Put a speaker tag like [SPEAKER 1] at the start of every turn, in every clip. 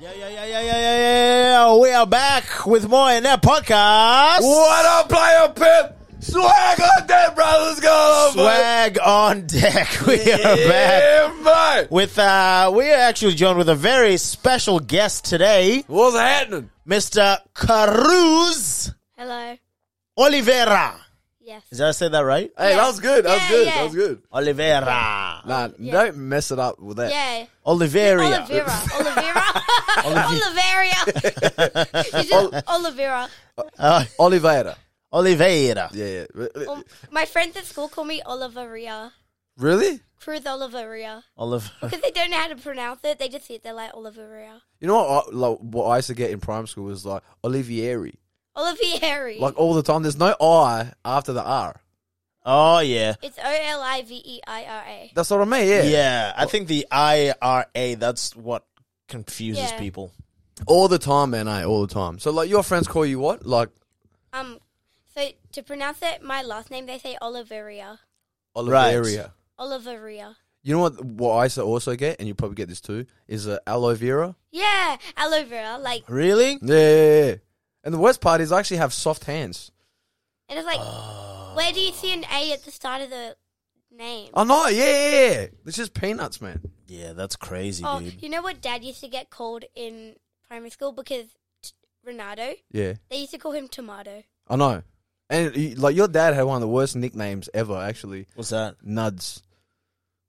[SPEAKER 1] Yeah, yeah, yeah, yeah, yeah, yeah, yeah, yeah. We are back with more in that podcast.
[SPEAKER 2] What up, player pimp? Swag on deck, bro. Let's go.
[SPEAKER 1] Swag on deck. We are back
[SPEAKER 2] Yeah, mate.
[SPEAKER 1] with uh we are actually joined with a very special guest today,
[SPEAKER 2] What's happening?
[SPEAKER 1] Mr. Caruz
[SPEAKER 3] Hello.
[SPEAKER 1] Oliveira.
[SPEAKER 3] Yes.
[SPEAKER 1] Did I say that right?
[SPEAKER 2] Hey,
[SPEAKER 3] Yeah.
[SPEAKER 2] that was good. That was
[SPEAKER 3] Yeah,
[SPEAKER 2] good.
[SPEAKER 3] yeah.
[SPEAKER 2] That was good.
[SPEAKER 1] Oliveira.
[SPEAKER 2] Nah,
[SPEAKER 3] Yeah.
[SPEAKER 2] don't mess it up with that.
[SPEAKER 3] Yeah.
[SPEAKER 1] Oliveira.
[SPEAKER 3] Olivera. Olivera. Oliveria. Is it Olivera?
[SPEAKER 1] Uh,
[SPEAKER 2] Oliveira.
[SPEAKER 1] Oliveira.
[SPEAKER 2] Yeah. yeah.
[SPEAKER 3] Um, my friends at school call me Oliveria.
[SPEAKER 2] Really?
[SPEAKER 3] Cruz Oliveria.
[SPEAKER 1] Oliveira.
[SPEAKER 3] Because they don't know how to pronounce it. They just say it. They're like Oliveria.
[SPEAKER 2] You know what? I, like, what I used to get in primary school was like Olivieri,
[SPEAKER 3] Olivieri.
[SPEAKER 2] like all the time. There's no I after the R.
[SPEAKER 1] Oh yeah.
[SPEAKER 3] it's O L I V E I R A.
[SPEAKER 2] That's what I mean. Yeah.
[SPEAKER 1] Yeah, I think the IRA that's what confuses
[SPEAKER 3] Yeah.
[SPEAKER 1] people.
[SPEAKER 2] All the time, man. Eh? All the time. So like, your friends call you what? Like
[SPEAKER 3] Um, so to pronounce it, my last name, they say Oliveria.
[SPEAKER 2] Oliveria.
[SPEAKER 3] Oliveria.
[SPEAKER 2] You know what? What I used to also get, and you probably get this too, is uh, aloe vera.
[SPEAKER 3] Yeah. Aloe vera. Like,
[SPEAKER 1] Really?
[SPEAKER 2] Yeah, yeah, yeah. And the worst part is I actually have soft hands.
[SPEAKER 3] and it's like, where do you see an A at the start of the name?
[SPEAKER 2] Oh no, yeah, yeah, yeah. This is peanuts, man.
[SPEAKER 1] Yeah, that's crazy,
[SPEAKER 3] Oh,
[SPEAKER 1] dude.
[SPEAKER 3] you know what Dad used to get called in primary school because t- Renato,
[SPEAKER 2] Yeah,
[SPEAKER 3] they used to call him Tomato.
[SPEAKER 2] I know. And you- like your dad had one of the worst nicknames ever, actually.
[SPEAKER 1] What's that?
[SPEAKER 2] Nuds.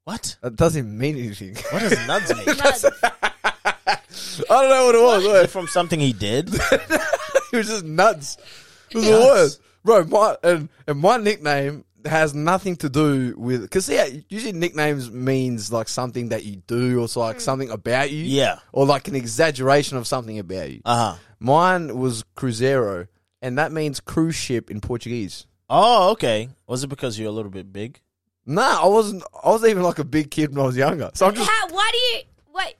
[SPEAKER 1] What?
[SPEAKER 2] That doesn't mean anything.
[SPEAKER 1] What does nuds mean?
[SPEAKER 3] Nuds.
[SPEAKER 2] I don't know what it was.
[SPEAKER 1] Is it
[SPEAKER 2] What?
[SPEAKER 1] from something he did?
[SPEAKER 2] It was just nuts. It was
[SPEAKER 1] Nuts.
[SPEAKER 2] the worst, bro. My and and my nickname has nothing to do with because yeah, usually nicknames means like something that you do or so, like something about you,
[SPEAKER 1] Yeah.
[SPEAKER 2] or like an exaggeration of something about you.
[SPEAKER 1] Uh huh.
[SPEAKER 2] Mine was Cruzeiro, and that means cruise ship in Portuguese.
[SPEAKER 1] Oh, okay. Was it because you're a little bit big?
[SPEAKER 2] Nah, I wasn't. I was even like a big kid when I was younger. So I'm just,
[SPEAKER 3] How, why do you? What?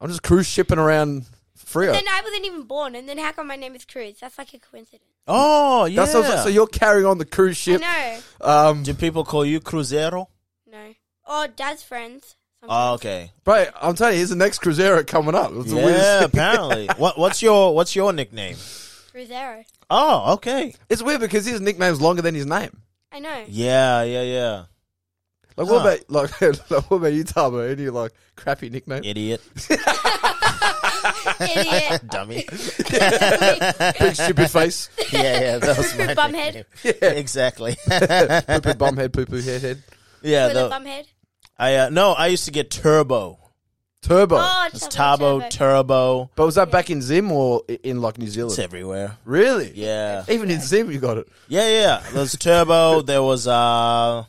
[SPEAKER 2] I'm just cruise shipping around Frio.
[SPEAKER 3] Then I wasn't even born, and then how come my name is Cruz? That's like a coincidence.
[SPEAKER 1] Oh, yeah.
[SPEAKER 2] That's what I was- so you're carrying on the cruise ship.
[SPEAKER 3] I
[SPEAKER 2] Um,
[SPEAKER 1] Do people call you Cruzeiro?
[SPEAKER 3] know. No. Or Dad's friends. sometimes.
[SPEAKER 1] Oh, okay.
[SPEAKER 2] bro, I'm telling you, here's the next Cruzeiro coming up. It's the weirdest
[SPEAKER 1] Yeah,
[SPEAKER 2] thing.
[SPEAKER 1] apparently. what What's your What's your nickname?
[SPEAKER 3] Cruzero.
[SPEAKER 1] Oh, okay.
[SPEAKER 2] It's weird because his nickname's longer than his name.
[SPEAKER 3] I know.
[SPEAKER 1] Yeah, yeah, yeah.
[SPEAKER 2] Like
[SPEAKER 1] Huh.
[SPEAKER 2] what about like, like what about you, Tabo? Any like crappy nickname?
[SPEAKER 1] Idiot,
[SPEAKER 3] Idiot.
[SPEAKER 1] dummy.
[SPEAKER 2] Big stupid face,
[SPEAKER 1] yeah, yeah. That was my
[SPEAKER 3] Bumhead.
[SPEAKER 1] nickname. Yeah. exactly. yeah,
[SPEAKER 2] poo poo bum head, poo poo head head.
[SPEAKER 3] With a
[SPEAKER 1] the,
[SPEAKER 3] bum head.
[SPEAKER 1] I uh, no, I used to get Turbo.
[SPEAKER 2] Turbo.
[SPEAKER 3] Oh,
[SPEAKER 1] It's Tabo Turbo.
[SPEAKER 2] But was that back in Zim or i- in like New Zealand?
[SPEAKER 1] It's everywhere.
[SPEAKER 2] Really?
[SPEAKER 1] Yeah.
[SPEAKER 2] Even in Zim, you got it.
[SPEAKER 1] Yeah, yeah. There was Turbo. there was uh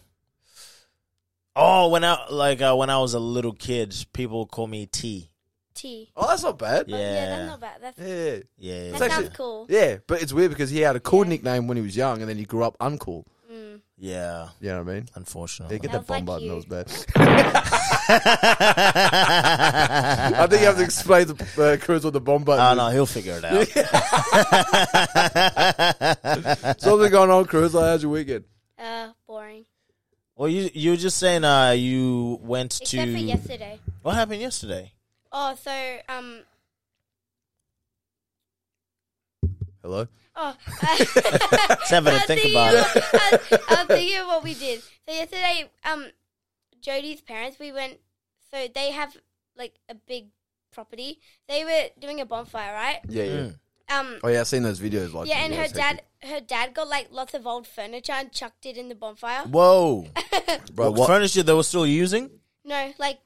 [SPEAKER 1] oh, when I like uh, when I was a little kid, people call me T.
[SPEAKER 3] T.
[SPEAKER 2] Oh, that's not bad.
[SPEAKER 3] Oh, yeah, that's
[SPEAKER 1] Yeah,
[SPEAKER 3] not bad. That's,
[SPEAKER 2] Yeah.
[SPEAKER 1] yeah,
[SPEAKER 3] that
[SPEAKER 1] yeah.
[SPEAKER 2] actually-
[SPEAKER 3] sounds cool.
[SPEAKER 2] Yeah, but it's weird because he had a cool
[SPEAKER 3] Yeah.
[SPEAKER 2] nickname when he was young and then he grew up uncool.
[SPEAKER 1] yeah.
[SPEAKER 2] You know what I mean?
[SPEAKER 1] Unfortunately,
[SPEAKER 2] Yeah, get that
[SPEAKER 3] That was
[SPEAKER 2] bomb
[SPEAKER 3] like
[SPEAKER 2] button.
[SPEAKER 3] you.
[SPEAKER 2] That was bad. I
[SPEAKER 1] I
[SPEAKER 2] think you have to explain to uh, Cruz what the bomb button
[SPEAKER 1] Oh
[SPEAKER 2] is.
[SPEAKER 1] no, he'll figure it out.
[SPEAKER 2] Something going on, Cruz. Like, how's your weekend?
[SPEAKER 3] Uh, boring.
[SPEAKER 1] well, you you were just saying uh you went
[SPEAKER 3] Except for
[SPEAKER 1] to
[SPEAKER 3] yesterday.
[SPEAKER 1] what happened yesterday?
[SPEAKER 3] Oh, so um,
[SPEAKER 2] Hello?
[SPEAKER 3] Oh,
[SPEAKER 1] Let's have it to think about it.
[SPEAKER 3] it. I'll tell you what we did. So yesterday, um, Jody's parents, we went. So they have like a big property. They were doing a bonfire, right?
[SPEAKER 2] Yeah, yeah.
[SPEAKER 1] Mm.
[SPEAKER 3] Um,
[SPEAKER 2] Oh, yeah, I've seen those videos. Like,
[SPEAKER 3] yeah, and her
[SPEAKER 2] it's
[SPEAKER 3] dad,
[SPEAKER 2] hectic.
[SPEAKER 3] her dad got like lots of old furniture and chucked it in the bonfire.
[SPEAKER 1] Whoa,
[SPEAKER 2] Bro, what?
[SPEAKER 1] furniture they were still using?
[SPEAKER 3] No, like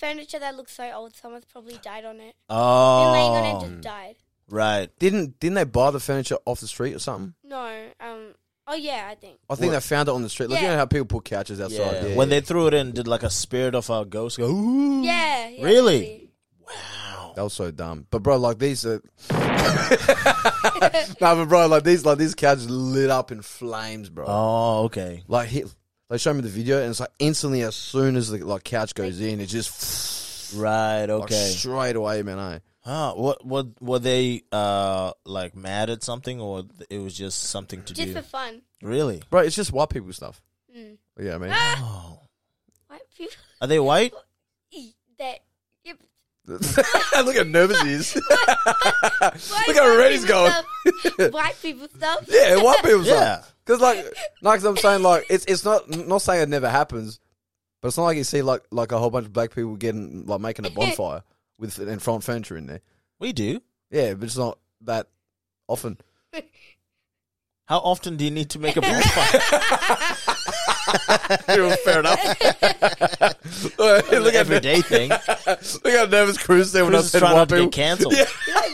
[SPEAKER 3] furniture that looks so old. Someone's probably died on it. And laying on it
[SPEAKER 1] Oh,
[SPEAKER 3] just died.
[SPEAKER 1] right.
[SPEAKER 2] Didn't, didn't they buy the furniture off the street or something?
[SPEAKER 3] No, um, Oh yeah, I think.
[SPEAKER 2] I think
[SPEAKER 1] What?
[SPEAKER 2] they found it on the street. Like, you
[SPEAKER 3] Yeah.
[SPEAKER 2] know how people put couches outside. Yeah,
[SPEAKER 1] when they
[SPEAKER 2] yeah.
[SPEAKER 1] threw it in, did like a spirit of a ghost go? Ooh.
[SPEAKER 3] Yeah. yeah
[SPEAKER 1] Mm. Really?
[SPEAKER 3] maybe.
[SPEAKER 1] Wow.
[SPEAKER 2] That was so dumb. But bro, like these are No, but bro, like these like these couches lit up in flames, bro.
[SPEAKER 1] Oh, okay.
[SPEAKER 2] Like he, they show me the video and it's like instantly as soon as the like couch goes in, it just
[SPEAKER 1] Right.
[SPEAKER 2] like,
[SPEAKER 1] Okay.
[SPEAKER 2] straight away, man. eh? I
[SPEAKER 1] Huh. What? What? Were they uh like mad at something, or th- it was just something to
[SPEAKER 3] Just
[SPEAKER 1] do?
[SPEAKER 3] for fun.
[SPEAKER 1] really?
[SPEAKER 2] bro, it's just white people stuff.
[SPEAKER 3] Mm.
[SPEAKER 2] Yeah, I mean,
[SPEAKER 1] Oh.
[SPEAKER 3] White people
[SPEAKER 1] Are they white?
[SPEAKER 3] eat that. Yep.
[SPEAKER 2] look how nervous he is.
[SPEAKER 3] Why
[SPEAKER 2] Look how
[SPEAKER 3] white
[SPEAKER 2] red he's
[SPEAKER 3] people
[SPEAKER 2] going.
[SPEAKER 3] stuff? white people stuff.
[SPEAKER 2] yeah, white people
[SPEAKER 1] Yeah.
[SPEAKER 2] stuff. Because like, like I'm saying, like it's it's not not saying it never happens, but it's not like you see like like a whole bunch of black people getting like making a bonfire with and front furniture in there.
[SPEAKER 1] We do.
[SPEAKER 2] Yeah, but it's not that often.
[SPEAKER 1] How often do you need to make a bonfire?
[SPEAKER 2] Fair enough. look at
[SPEAKER 1] Everyday thing.
[SPEAKER 2] Look how nervous Cruz there when I
[SPEAKER 1] Chris is
[SPEAKER 2] said
[SPEAKER 1] trying
[SPEAKER 2] white
[SPEAKER 1] not to
[SPEAKER 2] people.
[SPEAKER 1] get cancelled.
[SPEAKER 3] Like,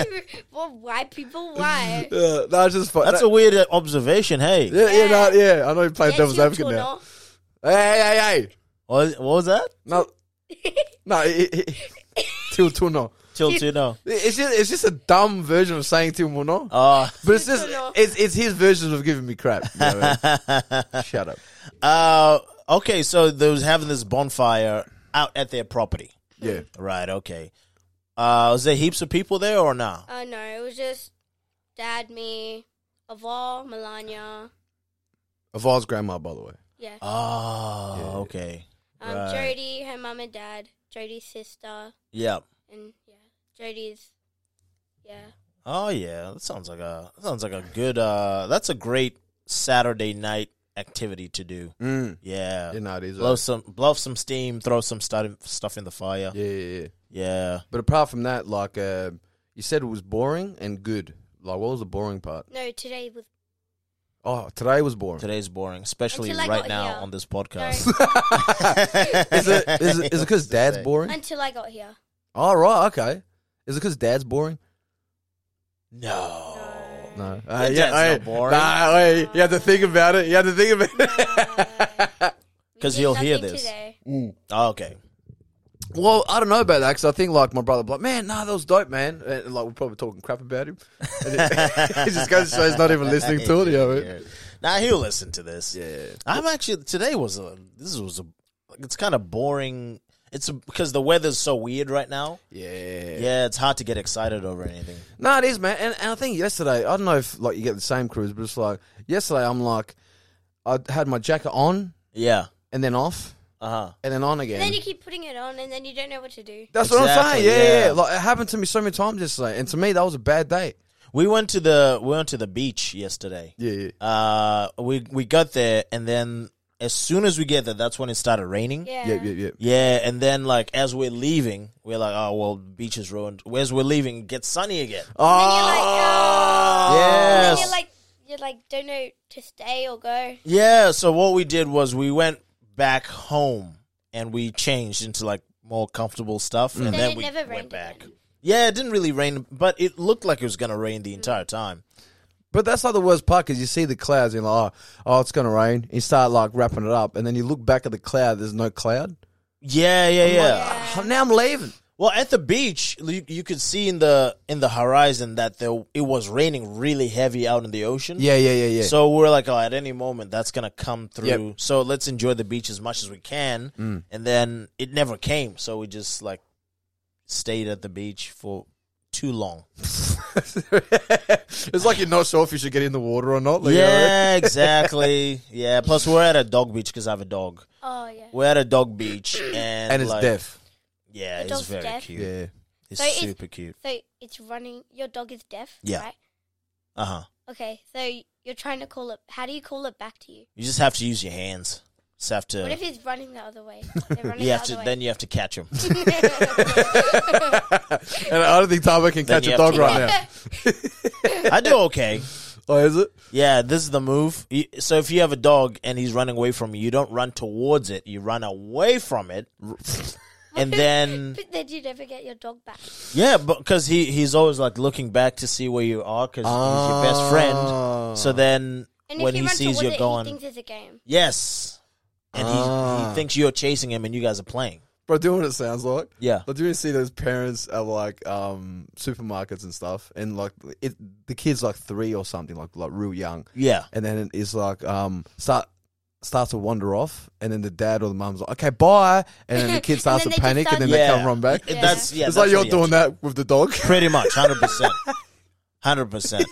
[SPEAKER 3] white people, like, why, why, you- well, white people, why?
[SPEAKER 2] Yeah, no, it's just fun.
[SPEAKER 1] That's a weird uh, observation. Hey.
[SPEAKER 2] yeah, yeah, no, yeah. I know you play
[SPEAKER 3] Yes,
[SPEAKER 2] devil's
[SPEAKER 3] you
[SPEAKER 2] advocate
[SPEAKER 3] two
[SPEAKER 2] now.
[SPEAKER 3] know.
[SPEAKER 2] Hey, hey, hey, hey.
[SPEAKER 1] What, what was that?
[SPEAKER 2] No, no. it- it- it- Till Tuno.
[SPEAKER 1] Till to know.
[SPEAKER 2] It's just it's just a dumb version of saying Till Muno.
[SPEAKER 1] Oh.
[SPEAKER 2] But it's just
[SPEAKER 3] Tuno.
[SPEAKER 2] it's it's his version of giving me crap. you know what I mean? Shut up.
[SPEAKER 1] Uh, okay, so they was having this bonfire out at their property.
[SPEAKER 2] Yeah.
[SPEAKER 1] Right, okay. Uh, was there heaps of people there or nah?
[SPEAKER 3] Uh, no, it was just dad, me, Aval, Melania,
[SPEAKER 2] Aval's grandma, by the way.
[SPEAKER 3] yeah,
[SPEAKER 1] Oh,
[SPEAKER 2] Yeah.
[SPEAKER 1] okay.
[SPEAKER 3] um,
[SPEAKER 1] right.
[SPEAKER 3] Jody, her mum and dad, Jody's sister,
[SPEAKER 1] Yeah.
[SPEAKER 3] and yeah, Jody's, yeah,
[SPEAKER 1] Oh yeah, that sounds like a that sounds like a good uh that's a great Saturday night activity to do.
[SPEAKER 2] Mm.
[SPEAKER 1] Yeah.
[SPEAKER 2] Yeah, no, it is.
[SPEAKER 1] blow
[SPEAKER 2] uh,
[SPEAKER 1] some blow off some steam, throw some stu- stuff in the fire. Yeah.
[SPEAKER 2] Yeah, yeah, yeah.
[SPEAKER 1] Yeah.
[SPEAKER 2] But apart from that, like uh, you said, it was boring and good. Like, what was the boring part?
[SPEAKER 3] no, today was
[SPEAKER 2] Oh, today was boring.
[SPEAKER 1] Today's boring, especially
[SPEAKER 3] Until I
[SPEAKER 1] right
[SPEAKER 3] got
[SPEAKER 1] now
[SPEAKER 3] here.
[SPEAKER 1] on this
[SPEAKER 3] no,
[SPEAKER 1] podcast.
[SPEAKER 2] is it is it because dad's
[SPEAKER 1] Same.
[SPEAKER 2] boring?
[SPEAKER 3] until I got here.
[SPEAKER 2] All right, okay. Is it because dad's boring?
[SPEAKER 1] No.
[SPEAKER 2] No, Uh,
[SPEAKER 1] Your dad's not
[SPEAKER 2] hey,
[SPEAKER 1] boring.
[SPEAKER 2] Nah, hey, you have to think about it. You have to think about it.
[SPEAKER 3] We
[SPEAKER 1] 'Cause
[SPEAKER 3] did
[SPEAKER 1] you'll hear
[SPEAKER 3] nothing
[SPEAKER 1] this.
[SPEAKER 3] Today.
[SPEAKER 1] Oh, okay.
[SPEAKER 2] well, I don't know about that because I think like my brother, like, man, nah, that was dope, man. And, like we're probably talking crap about him. And it, it just goes to show he's not even listening to it. You know?
[SPEAKER 1] Yeah. Now he'll listen to this.
[SPEAKER 2] Yeah.
[SPEAKER 1] I'm actually today was a this was a it's kind of boring. It's a, because the weather's so weird right now.
[SPEAKER 2] yeah,
[SPEAKER 1] Yeah, it's hard to get excited over anything.
[SPEAKER 2] No, it is, man. And, and I think yesterday, I don't know if like you get the same cruise, but it's like yesterday, I'm like, I had my jacket on
[SPEAKER 1] Yeah.
[SPEAKER 2] and then off
[SPEAKER 1] Uh huh.
[SPEAKER 2] and then on again.
[SPEAKER 3] And then you keep putting it on, and then you don't know what to do.
[SPEAKER 2] That's what I'm
[SPEAKER 1] Exactly,
[SPEAKER 2] saying. Yeah, yeah,
[SPEAKER 1] yeah.
[SPEAKER 2] yeah. Like it happened to me so many times yesterday, and to me that was a bad day.
[SPEAKER 1] We went to the we went to the beach yesterday.
[SPEAKER 2] Yeah, yeah.
[SPEAKER 1] Uh, we we got there and then as soon as we get there, that's when it started raining.
[SPEAKER 3] Yeah.
[SPEAKER 2] Yep, yep, yep.
[SPEAKER 1] Yeah, and then like as we're leaving, we're like, oh well, beach is ruined. As we're leaving, it gets sunny again.
[SPEAKER 3] oh. And then
[SPEAKER 1] Yes.
[SPEAKER 3] you're like, you're like, don't know to stay or go.
[SPEAKER 1] Yeah, so what we did was we went back home and we changed into like more comfortable stuff and
[SPEAKER 3] Then
[SPEAKER 1] then
[SPEAKER 3] it
[SPEAKER 1] we
[SPEAKER 3] Mm. never
[SPEAKER 1] went
[SPEAKER 3] rained
[SPEAKER 1] back.
[SPEAKER 3] again.
[SPEAKER 1] Yeah, it didn't really rain, but it looked like it was going to rain
[SPEAKER 3] Mm.
[SPEAKER 1] the entire time.
[SPEAKER 2] But that's not the worst part because you see the clouds, and you're like, oh, oh, it's gonna rain. You start like wrapping it up, and then you look back at the cloud. There's no cloud.
[SPEAKER 1] Yeah, yeah, yeah.
[SPEAKER 2] Oh, now I'm leaving.
[SPEAKER 1] Well, at the beach, you, you could see in the in the horizon that there it was raining really heavy out in the ocean.
[SPEAKER 2] Yeah, yeah, yeah, yeah.
[SPEAKER 1] So we're like, oh, at any moment that's gonna come through.
[SPEAKER 2] Yep. Mm.
[SPEAKER 1] So let's enjoy the beach as much as we can. And then it never came, so we just like stayed at the beach for too long.
[SPEAKER 2] it's like you're not sure if you should get in the water or not. like, you know what I mean?
[SPEAKER 1] Yeah, exactly. Yeah. Plus, we're at a dog beach because I have a dog.
[SPEAKER 3] Oh yeah.
[SPEAKER 1] We're at a dog beach, and
[SPEAKER 2] and it's
[SPEAKER 1] like,
[SPEAKER 2] deaf.
[SPEAKER 1] Yeah,
[SPEAKER 3] The
[SPEAKER 1] he's
[SPEAKER 3] dog's
[SPEAKER 1] very
[SPEAKER 3] deaf?
[SPEAKER 1] cute.
[SPEAKER 2] Yeah.
[SPEAKER 1] He's
[SPEAKER 3] So it's-
[SPEAKER 1] super cute.
[SPEAKER 3] So it's running. Your dog is deaf.
[SPEAKER 1] Yeah.
[SPEAKER 3] Right?
[SPEAKER 1] Uh huh.
[SPEAKER 3] Okay. So you're trying to call it. How do you call it back to you?
[SPEAKER 1] You just have to use your hands. Just have to.
[SPEAKER 3] What if he's running the other way? They're running
[SPEAKER 1] you have
[SPEAKER 3] the
[SPEAKER 1] to.
[SPEAKER 3] other
[SPEAKER 1] Then you have to catch him.
[SPEAKER 2] and I don't think Tabo can
[SPEAKER 1] Then
[SPEAKER 2] catch
[SPEAKER 1] you
[SPEAKER 2] a
[SPEAKER 1] have
[SPEAKER 2] dog
[SPEAKER 1] to-
[SPEAKER 2] right now.
[SPEAKER 1] I do okay.
[SPEAKER 2] Oh, is it?
[SPEAKER 1] Yeah, this is the move. You- So if you have a dog and he's running away from you, you don't run towards it. You run away from it. and then
[SPEAKER 3] But then you never get your dog back.
[SPEAKER 1] yeah, but because he he's always like looking back to see where you are because he's your best friend. So then
[SPEAKER 3] Oh. And
[SPEAKER 1] when
[SPEAKER 3] if you
[SPEAKER 1] he
[SPEAKER 3] run
[SPEAKER 1] sees
[SPEAKER 3] towards
[SPEAKER 1] you're
[SPEAKER 3] it,
[SPEAKER 1] gone,
[SPEAKER 3] he thinks it's a game.
[SPEAKER 1] yes, and he
[SPEAKER 2] Ah.
[SPEAKER 1] he thinks you're chasing him and you guys are playing.
[SPEAKER 2] Bro, do you know what it sounds like?
[SPEAKER 1] Yeah.
[SPEAKER 2] Like, do you see those parents at like um, supermarkets and stuff, and like it, the kid's like three or something, like like real young,
[SPEAKER 1] Yeah.
[SPEAKER 2] and then it's like um, start starts to wander off, and then the dad or the mum's like, "Okay, bye," and then the kid
[SPEAKER 3] And
[SPEAKER 2] starts
[SPEAKER 3] then
[SPEAKER 2] to
[SPEAKER 3] they just
[SPEAKER 2] panic,
[SPEAKER 3] start-
[SPEAKER 2] and then
[SPEAKER 1] yeah.
[SPEAKER 2] they come run back.
[SPEAKER 1] It-
[SPEAKER 3] Yeah.
[SPEAKER 1] That's yeah.
[SPEAKER 2] it's
[SPEAKER 1] that's
[SPEAKER 2] like you're
[SPEAKER 1] what he
[SPEAKER 2] doing
[SPEAKER 1] had
[SPEAKER 2] that with the dog.
[SPEAKER 1] to- Pretty much, hundred percent, hundred percent.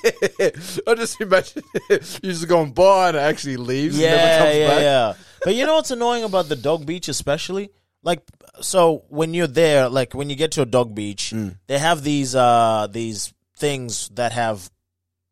[SPEAKER 2] I just imagine you just going bye, and it actually leaves. and never
[SPEAKER 1] Yeah,
[SPEAKER 2] comes
[SPEAKER 1] yeah,
[SPEAKER 2] back.
[SPEAKER 1] yeah. But you know what's annoying about the dog beach, especially like so when you're there, like when you get to a dog beach,
[SPEAKER 2] Mm.
[SPEAKER 1] they have these uh these things that have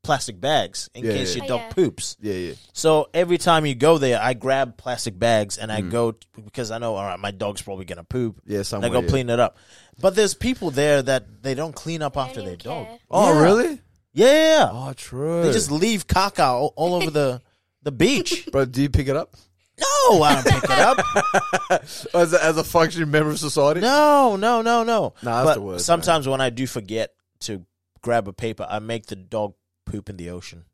[SPEAKER 1] plastic bags in
[SPEAKER 2] Yeah,
[SPEAKER 1] case
[SPEAKER 2] yeah.
[SPEAKER 1] your dog
[SPEAKER 3] Oh, yeah.
[SPEAKER 1] poops.
[SPEAKER 2] yeah, yeah.
[SPEAKER 1] So every time you go there, I grab plastic bags and I go t- because I know all right, my dog's probably gonna poop.
[SPEAKER 2] Mm. Yeah,
[SPEAKER 1] And I
[SPEAKER 2] somewhere,
[SPEAKER 1] go
[SPEAKER 2] yeah.
[SPEAKER 1] clean it up. But there's people there that they don't clean up after
[SPEAKER 3] don't
[SPEAKER 1] their
[SPEAKER 3] even
[SPEAKER 1] dog.
[SPEAKER 3] care.
[SPEAKER 2] Oh,
[SPEAKER 1] Yeah.
[SPEAKER 2] really?
[SPEAKER 1] Yeah, yeah, yeah.
[SPEAKER 2] Oh, true.
[SPEAKER 1] They just leave caca all, all over the the beach.
[SPEAKER 2] bro, do you pick it up?
[SPEAKER 1] No, I don't pick it up.
[SPEAKER 2] as a, as a functioning member of society.
[SPEAKER 1] No, no, no, no.
[SPEAKER 2] Nah, that's
[SPEAKER 1] but
[SPEAKER 2] the worst,
[SPEAKER 1] Sometimes when I do forget to grab a paper, I make the dog poop in the ocean.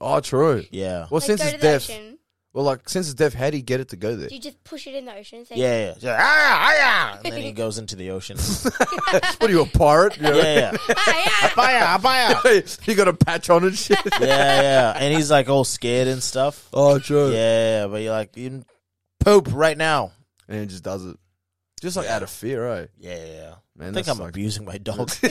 [SPEAKER 2] Oh, true.
[SPEAKER 1] Yeah.
[SPEAKER 2] Well,
[SPEAKER 3] Like,
[SPEAKER 2] since
[SPEAKER 3] go
[SPEAKER 2] it's
[SPEAKER 3] to the
[SPEAKER 2] deaf,
[SPEAKER 3] ocean.
[SPEAKER 2] well, like since it's deaf, how do you get it to go there?
[SPEAKER 3] Do you just push it in the ocean? And say,
[SPEAKER 1] Yeah, yeah. Just, "Ah, ah, ah," and then he goes into the ocean.
[SPEAKER 2] what are you a pirate? You, know?
[SPEAKER 1] yeah, yeah.
[SPEAKER 3] "Ah, yeah."
[SPEAKER 1] Fire, fire.
[SPEAKER 2] you got a patch on and shit.
[SPEAKER 1] Yeah, yeah. And he's like all scared and stuff.
[SPEAKER 2] oh, true.
[SPEAKER 1] Yeah, but you're like, you poop right now.
[SPEAKER 2] And it just does it, just like out of fear, eh?
[SPEAKER 1] Yeah, yeah, yeah.
[SPEAKER 2] Man,
[SPEAKER 1] I think
[SPEAKER 2] that
[SPEAKER 1] I'm
[SPEAKER 2] sucks.
[SPEAKER 1] abusing my dog.
[SPEAKER 2] I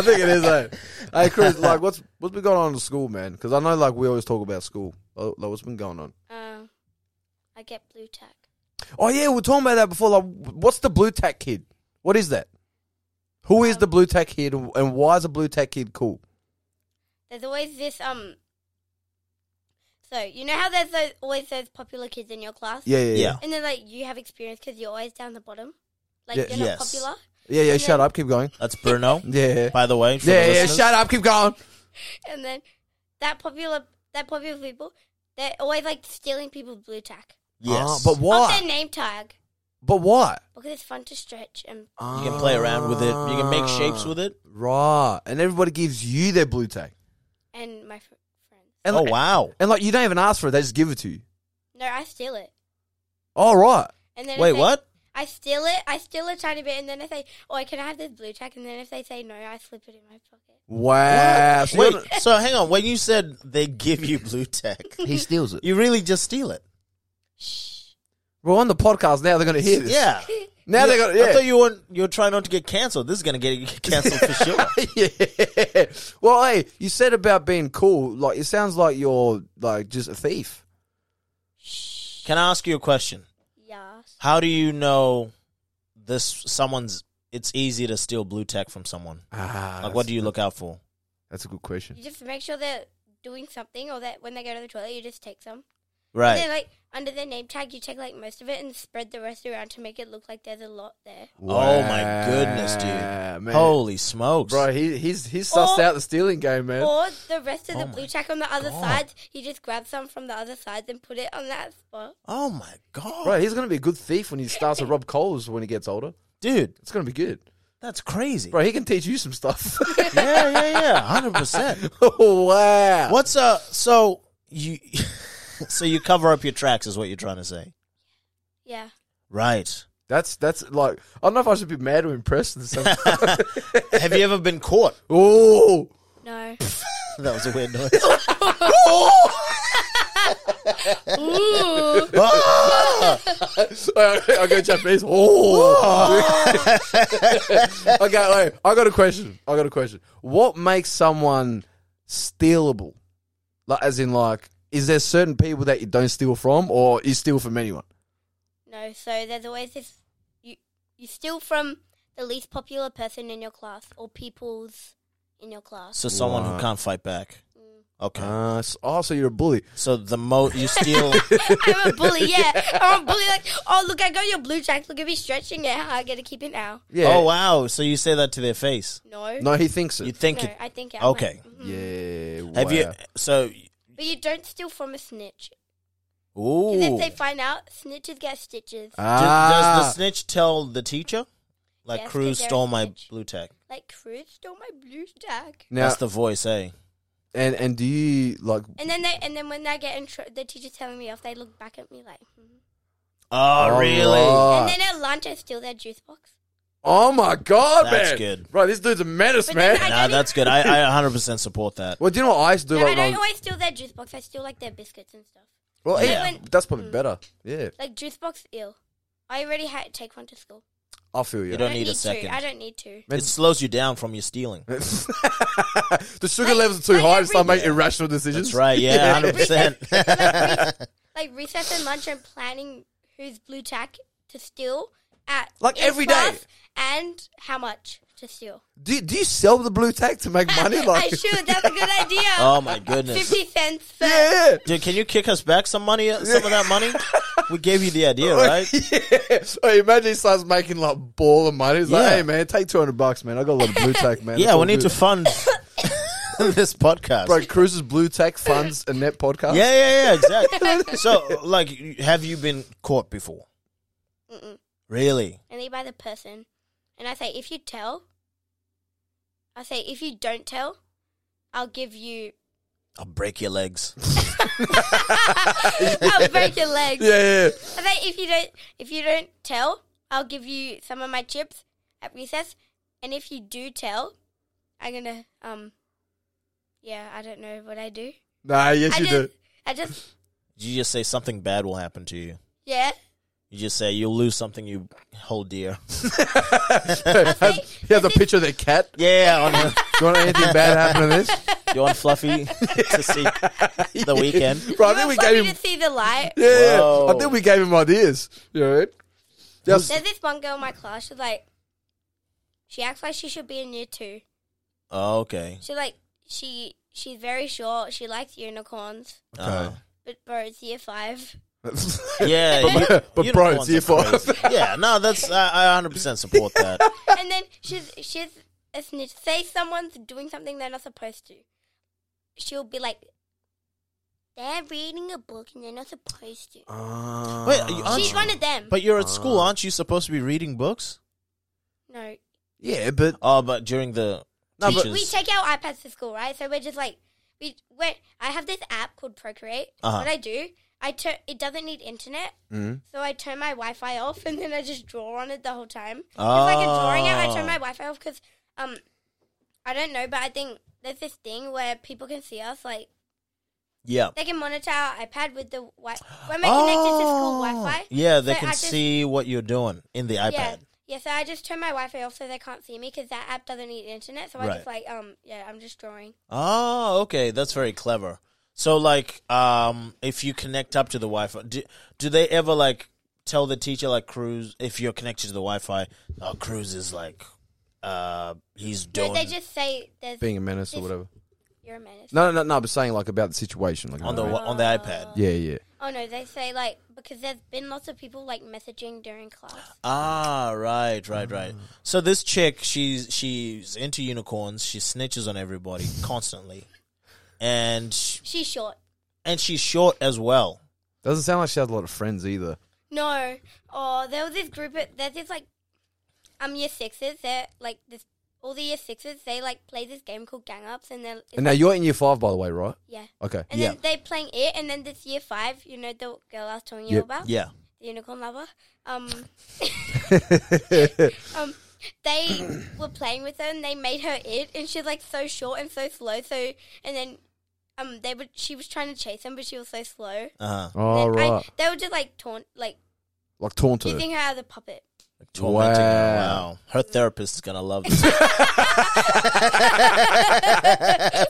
[SPEAKER 2] think it is, eh? Hey, Chris, like, what's what's been going on in school, man? Because I know, like, we always talk about school. Oh, like, what's been going on?
[SPEAKER 3] Um, I get blue tack.
[SPEAKER 2] Oh yeah, we were talking about that before. Like, what's the blue tack kid? What is that? Who is the blue tack kid, and and why is a blue tack kid cool?
[SPEAKER 3] There's always this um. So you know how there's those, always those popular kids in your class,
[SPEAKER 2] Yeah, yeah, yeah.
[SPEAKER 1] Yeah.
[SPEAKER 3] and then like you have experience because you're always down the bottom, like
[SPEAKER 2] Yeah.
[SPEAKER 3] you're not
[SPEAKER 1] Yes.
[SPEAKER 3] popular.
[SPEAKER 2] Yeah, yeah, shut up. Keep going.
[SPEAKER 1] That's Bruno,
[SPEAKER 2] Yeah.
[SPEAKER 1] by the way. for the
[SPEAKER 2] Yeah, yeah,
[SPEAKER 1] listeners.
[SPEAKER 2] shut up. Keep going.
[SPEAKER 3] And then that popular that popular people, they're always like stealing people's blue tack
[SPEAKER 1] Yes.
[SPEAKER 2] Uh, but
[SPEAKER 3] off
[SPEAKER 2] why?
[SPEAKER 3] their name tag
[SPEAKER 2] But why?
[SPEAKER 3] because it's fun to stretch and
[SPEAKER 1] You can play around with it. You can make shapes with it.
[SPEAKER 2] Right. And everybody gives you their blue tag.
[SPEAKER 3] and my fr- friends.
[SPEAKER 2] And
[SPEAKER 1] oh,
[SPEAKER 2] like,
[SPEAKER 1] wow.
[SPEAKER 2] And like, you don't even ask for it. They just give it to you.
[SPEAKER 3] No, I steal it.
[SPEAKER 2] All right.
[SPEAKER 3] And then if
[SPEAKER 1] Wait,
[SPEAKER 3] they-
[SPEAKER 1] what?
[SPEAKER 3] I steal it. I steal a tiny bit, and then I say, "Oh, can I have this blue tack?" And then if they say no, I slip it in my pocket.
[SPEAKER 2] Wow. So
[SPEAKER 1] Wait,
[SPEAKER 2] you're-
[SPEAKER 1] so hang on. When you said they give you blue tech,
[SPEAKER 2] he steals it.
[SPEAKER 1] you really just steal it?
[SPEAKER 2] We're on the podcast now. They're going to hear this.
[SPEAKER 1] Yeah.
[SPEAKER 2] Now they're going to.
[SPEAKER 1] I
[SPEAKER 2] Yeah.
[SPEAKER 1] thought you were you were trying not to get cancelled. This is gonna get you cancelled for sure.
[SPEAKER 2] yeah. Well, hey, you said about being cool. Like, it sounds like you're like just a thief.
[SPEAKER 1] Can I ask you a question?
[SPEAKER 3] Yes.
[SPEAKER 1] How do you know this someone's? It's easy to steal blue tech from someone.
[SPEAKER 2] Ah,
[SPEAKER 1] Like, what do you look out for?
[SPEAKER 2] That's a good question.
[SPEAKER 3] You just make sure they're doing something, or that when they go to the toilet, you just take some. And
[SPEAKER 1] Right.
[SPEAKER 3] then, like under their name tag, you take like most of it and spread the rest around to make it look like there's a lot there.
[SPEAKER 1] Oh my goodness, dude!
[SPEAKER 2] Wow, man.
[SPEAKER 1] Holy smokes!
[SPEAKER 2] Bro, he, he's he's sussed
[SPEAKER 3] Or-
[SPEAKER 2] out the stealing game, man.
[SPEAKER 3] Or the rest of the
[SPEAKER 1] Oh my
[SPEAKER 3] blue tack on the other
[SPEAKER 1] God.
[SPEAKER 3] sides, you just grab some from the other sides and put it on that spot.
[SPEAKER 1] Oh my god,
[SPEAKER 2] Bro, he's gonna be a good thief when he starts to rob Coles when he gets older.
[SPEAKER 1] dude,
[SPEAKER 2] It's gonna be good,
[SPEAKER 1] that's crazy.
[SPEAKER 2] bro. He can teach you some stuff.
[SPEAKER 1] Yeah, yeah, yeah, hundred percent.
[SPEAKER 2] wow.
[SPEAKER 1] What's uh? So you, so you cover up your tracks is what you're trying to say,
[SPEAKER 3] Yeah.
[SPEAKER 1] right?
[SPEAKER 2] That's that's like I don't know if I should be mad or impressed. Or something.
[SPEAKER 1] Have you ever been caught?
[SPEAKER 2] oh,
[SPEAKER 3] No.
[SPEAKER 1] That was a weird noise.
[SPEAKER 3] Ooh.
[SPEAKER 1] Ah!
[SPEAKER 2] I go Japanese. Oh, okay. Wait, I got a question. I got a question. What makes someone stealable? Like, as in, like, is there certain people that you don't steal from, or you steal from anyone?
[SPEAKER 3] No, so there's always this. You you steal from the least popular person in your class or peoples in your class.
[SPEAKER 1] So someone who
[SPEAKER 2] Wow.
[SPEAKER 1] can't fight back. Okay.
[SPEAKER 2] Uh, so, oh, so you're a bully.
[SPEAKER 1] so the mo you steal.
[SPEAKER 3] I'm a bully, yeah. I'm a bully. Like, oh look, I got your blue jack. Look at me stretching it. How I gotta keep it now.
[SPEAKER 2] Yeah.
[SPEAKER 1] Oh wow! So you say that to their face.
[SPEAKER 3] No,
[SPEAKER 2] No, he thinks
[SPEAKER 1] You
[SPEAKER 2] it.
[SPEAKER 1] think
[SPEAKER 3] no.
[SPEAKER 1] it?
[SPEAKER 3] I think. It,
[SPEAKER 1] Okay.
[SPEAKER 3] Mhm.
[SPEAKER 2] Yeah.
[SPEAKER 1] Have you?
[SPEAKER 2] wow.
[SPEAKER 1] So
[SPEAKER 3] But you don't steal from a snitch.
[SPEAKER 1] Ooh.
[SPEAKER 3] Because if they find out, snitches get stitches.
[SPEAKER 1] Do-
[SPEAKER 2] Ah,
[SPEAKER 1] does the snitch tell the teacher? Like
[SPEAKER 3] Yes, 'cause
[SPEAKER 1] Cruz
[SPEAKER 3] they're a
[SPEAKER 1] stole my
[SPEAKER 3] snitch.
[SPEAKER 1] blue tag.
[SPEAKER 3] Like, Cruz stole my blue stack.
[SPEAKER 2] now,
[SPEAKER 1] That's the voice, eh?
[SPEAKER 2] and and do you like?
[SPEAKER 3] And then they, and then when I get in, tr- the teacher telling me off, they look back at me like. hmm.
[SPEAKER 1] Oh, really?
[SPEAKER 2] right.
[SPEAKER 3] And then at lunch, I steal their juice box.
[SPEAKER 2] oh my god,
[SPEAKER 1] That's
[SPEAKER 2] man!
[SPEAKER 1] good.
[SPEAKER 2] bro. This dude's a menace,
[SPEAKER 3] But
[SPEAKER 2] man.
[SPEAKER 3] then I-
[SPEAKER 1] Nah, that's good. I, I 100% support that.
[SPEAKER 2] well, do you know what I used to do?
[SPEAKER 3] No, I
[SPEAKER 2] like, when I
[SPEAKER 3] don't
[SPEAKER 2] was-
[SPEAKER 3] always steal their juice box. I steal like their biscuits and stuff.
[SPEAKER 2] well,
[SPEAKER 3] I
[SPEAKER 2] yeah,
[SPEAKER 3] went- Mm.
[SPEAKER 2] that's probably better. Yeah,
[SPEAKER 3] Like juice box, ill. I already had to take one to school.
[SPEAKER 2] I feel you.
[SPEAKER 1] You don't
[SPEAKER 3] I
[SPEAKER 1] need a
[SPEAKER 3] to.
[SPEAKER 1] second.
[SPEAKER 3] I don't need to.
[SPEAKER 1] It slows you down from your stealing.
[SPEAKER 2] the sugar
[SPEAKER 3] Like-
[SPEAKER 2] levels are too
[SPEAKER 3] like
[SPEAKER 2] high to start
[SPEAKER 3] every-
[SPEAKER 2] making irrational decisions.
[SPEAKER 1] That's right. Yeah,
[SPEAKER 3] Like recess,
[SPEAKER 1] 100%.
[SPEAKER 3] like, re- like recess and lunch and planning whose blue tack to steal at
[SPEAKER 2] Like
[SPEAKER 3] in
[SPEAKER 2] every day.
[SPEAKER 3] class and how much to steal.
[SPEAKER 2] Do you, do you sell the blue tag to make money? Like,
[SPEAKER 3] I should. That's a good idea.
[SPEAKER 1] Oh, my goodness.
[SPEAKER 3] Fifty cents. For,
[SPEAKER 2] yeah.
[SPEAKER 1] Dude, can you kick us back some money, some of that money? We gave you the idea, right?
[SPEAKER 2] yeah. Oh, imagine he starts making like ball of money. He's like,
[SPEAKER 1] Yeah.
[SPEAKER 2] hey man, take two hundred bucks, man. I got a lot of blue tag, man. It's
[SPEAKER 1] Yeah,
[SPEAKER 2] all
[SPEAKER 1] we need to
[SPEAKER 2] good."
[SPEAKER 1] fund this podcast.
[SPEAKER 2] Bro, Cruz's blue tag funds a net podcast.
[SPEAKER 1] Yeah, yeah, yeah, exactly. so, like, you- have you been caught before?
[SPEAKER 3] Mm-mm.
[SPEAKER 1] Really?
[SPEAKER 3] And they buy the person, and I say if you tell, I say if you don't tell, I'll give you.
[SPEAKER 1] I'll break your legs.
[SPEAKER 3] I'll break your legs.
[SPEAKER 2] yeah, yeah.
[SPEAKER 3] I say if you don't if you don't tell, I'll give you some of my chips at recess. And if you do tell, I'm gonna um yeah, I don't know what I do.
[SPEAKER 2] Nah, yes
[SPEAKER 3] I
[SPEAKER 2] you
[SPEAKER 3] just
[SPEAKER 2] do.
[SPEAKER 3] I just
[SPEAKER 1] You just say something bad will happen to you.
[SPEAKER 3] yeah.
[SPEAKER 1] You just say you'll lose something you hold dear.
[SPEAKER 3] say-
[SPEAKER 2] he has a picture of their cat.
[SPEAKER 1] Yeah, on the,
[SPEAKER 2] Do you want anything bad happen to this?
[SPEAKER 1] you want Fluffy to see the weekend?
[SPEAKER 2] Bro, I
[SPEAKER 3] you
[SPEAKER 2] think
[SPEAKER 3] want
[SPEAKER 2] we
[SPEAKER 3] Fluffy
[SPEAKER 2] gave him.
[SPEAKER 3] to see the light.
[SPEAKER 2] Yeah, yeah. I
[SPEAKER 1] Whoa.
[SPEAKER 2] think we gave him ideas. You know what I mean? That's-
[SPEAKER 3] There's this one girl in my class, she's like she acts like she should be in year two.
[SPEAKER 1] Oh, okay.
[SPEAKER 3] She like she she's very short, she likes unicorns.
[SPEAKER 1] Uh,
[SPEAKER 3] But bro, it's year five.
[SPEAKER 1] yeah, you-
[SPEAKER 2] but, but bro,
[SPEAKER 1] unicorns
[SPEAKER 2] it's year
[SPEAKER 1] are crazy.
[SPEAKER 2] five.
[SPEAKER 1] Yeah, no, that's I, I 100% support that.
[SPEAKER 3] and then she's she's a snitch. Say someone's doing something they're not supposed to. She'll be like, "They're reading a book and they're not supposed to."
[SPEAKER 2] Uh,
[SPEAKER 1] Wait, are you- aren't
[SPEAKER 3] She's
[SPEAKER 1] you-
[SPEAKER 3] one of them.
[SPEAKER 1] but you're at school, aren't you supposed to be reading books?
[SPEAKER 3] no,
[SPEAKER 2] yeah, but
[SPEAKER 1] Oh, but during the
[SPEAKER 2] No, but-
[SPEAKER 1] teachers.
[SPEAKER 3] we take our iPads to school, right? So we're just like, we went. I have this app called Procreate.
[SPEAKER 1] Uh-huh. Mm-hmm.
[SPEAKER 3] What I do, I turn it doesn't need internet,
[SPEAKER 2] Mhm.
[SPEAKER 3] so I turn my Wi-Fi off and then I just draw on it the whole time. It's like a drawing out. I
[SPEAKER 1] Oh.
[SPEAKER 3] turn my Wi-Fi off because um, I don't know, but I think there's this thing where people can see us like.
[SPEAKER 1] yeah.
[SPEAKER 3] They can monitor our iPad with the Wi. When we're connected to
[SPEAKER 2] Oh.
[SPEAKER 3] school Wi-Fi,
[SPEAKER 1] Oh. Yeah, they
[SPEAKER 3] So
[SPEAKER 1] can
[SPEAKER 3] I just-
[SPEAKER 1] see what you're doing in the iPad.
[SPEAKER 3] yeah, yeah. So I just turn my Wi-Fi off so they can't see me because that app doesn't need internet. So I just like um yeah, I'm just drawing.
[SPEAKER 1] Oh, okay, that's very clever. So, like, um, if you connect up to the Wi-Fi, do, do they ever like tell the teacher like Cruz if you're connected to the Wi-Fi? Oh, Cruz is like, uh, he's doing
[SPEAKER 3] No, they just say there's
[SPEAKER 2] being a menace or whatever.
[SPEAKER 3] you're a menace.
[SPEAKER 2] No, no, no. But saying like about the situation, like
[SPEAKER 1] on
[SPEAKER 2] you
[SPEAKER 1] the
[SPEAKER 2] know what
[SPEAKER 1] on the iPad.
[SPEAKER 2] I mean? yeah, yeah.
[SPEAKER 3] Oh no, they say like because there's been lots of people like messaging during class.
[SPEAKER 1] Ah, right, right, right. Mm. So this chick, she's she's into unicorns. She snitches on everybody constantly, and sh-
[SPEAKER 3] She's short.
[SPEAKER 1] and she's short as well.
[SPEAKER 2] Doesn't sound like she has a lot of friends either.
[SPEAKER 3] No, oh there was this group. Of, there's this like um year sixes. They're like this. All the year sixes, they like play this game called Gang Ups, and they're it's
[SPEAKER 2] And now
[SPEAKER 3] like-
[SPEAKER 2] you're in year five, by the way, right?
[SPEAKER 3] yeah.
[SPEAKER 2] Okay.
[SPEAKER 3] And
[SPEAKER 1] Yeah.
[SPEAKER 3] then they playing it, and then this year five, you know the girl I was telling you
[SPEAKER 2] Yep.
[SPEAKER 3] about,
[SPEAKER 1] Yeah.
[SPEAKER 3] the unicorn lover. Um, um, they were playing with her, and they made her it, and she's like so short and so slow. So and then, um, they would she was trying to chase him, but she was so slow.
[SPEAKER 1] Uh huh.
[SPEAKER 2] All
[SPEAKER 3] And I-
[SPEAKER 2] Oh, right.
[SPEAKER 3] they were just like taunt, like
[SPEAKER 2] Like taunt her.
[SPEAKER 3] using her as a puppet.
[SPEAKER 1] Tormenting. her.
[SPEAKER 2] Wow.
[SPEAKER 1] Wow. Her therapist is gonna love this.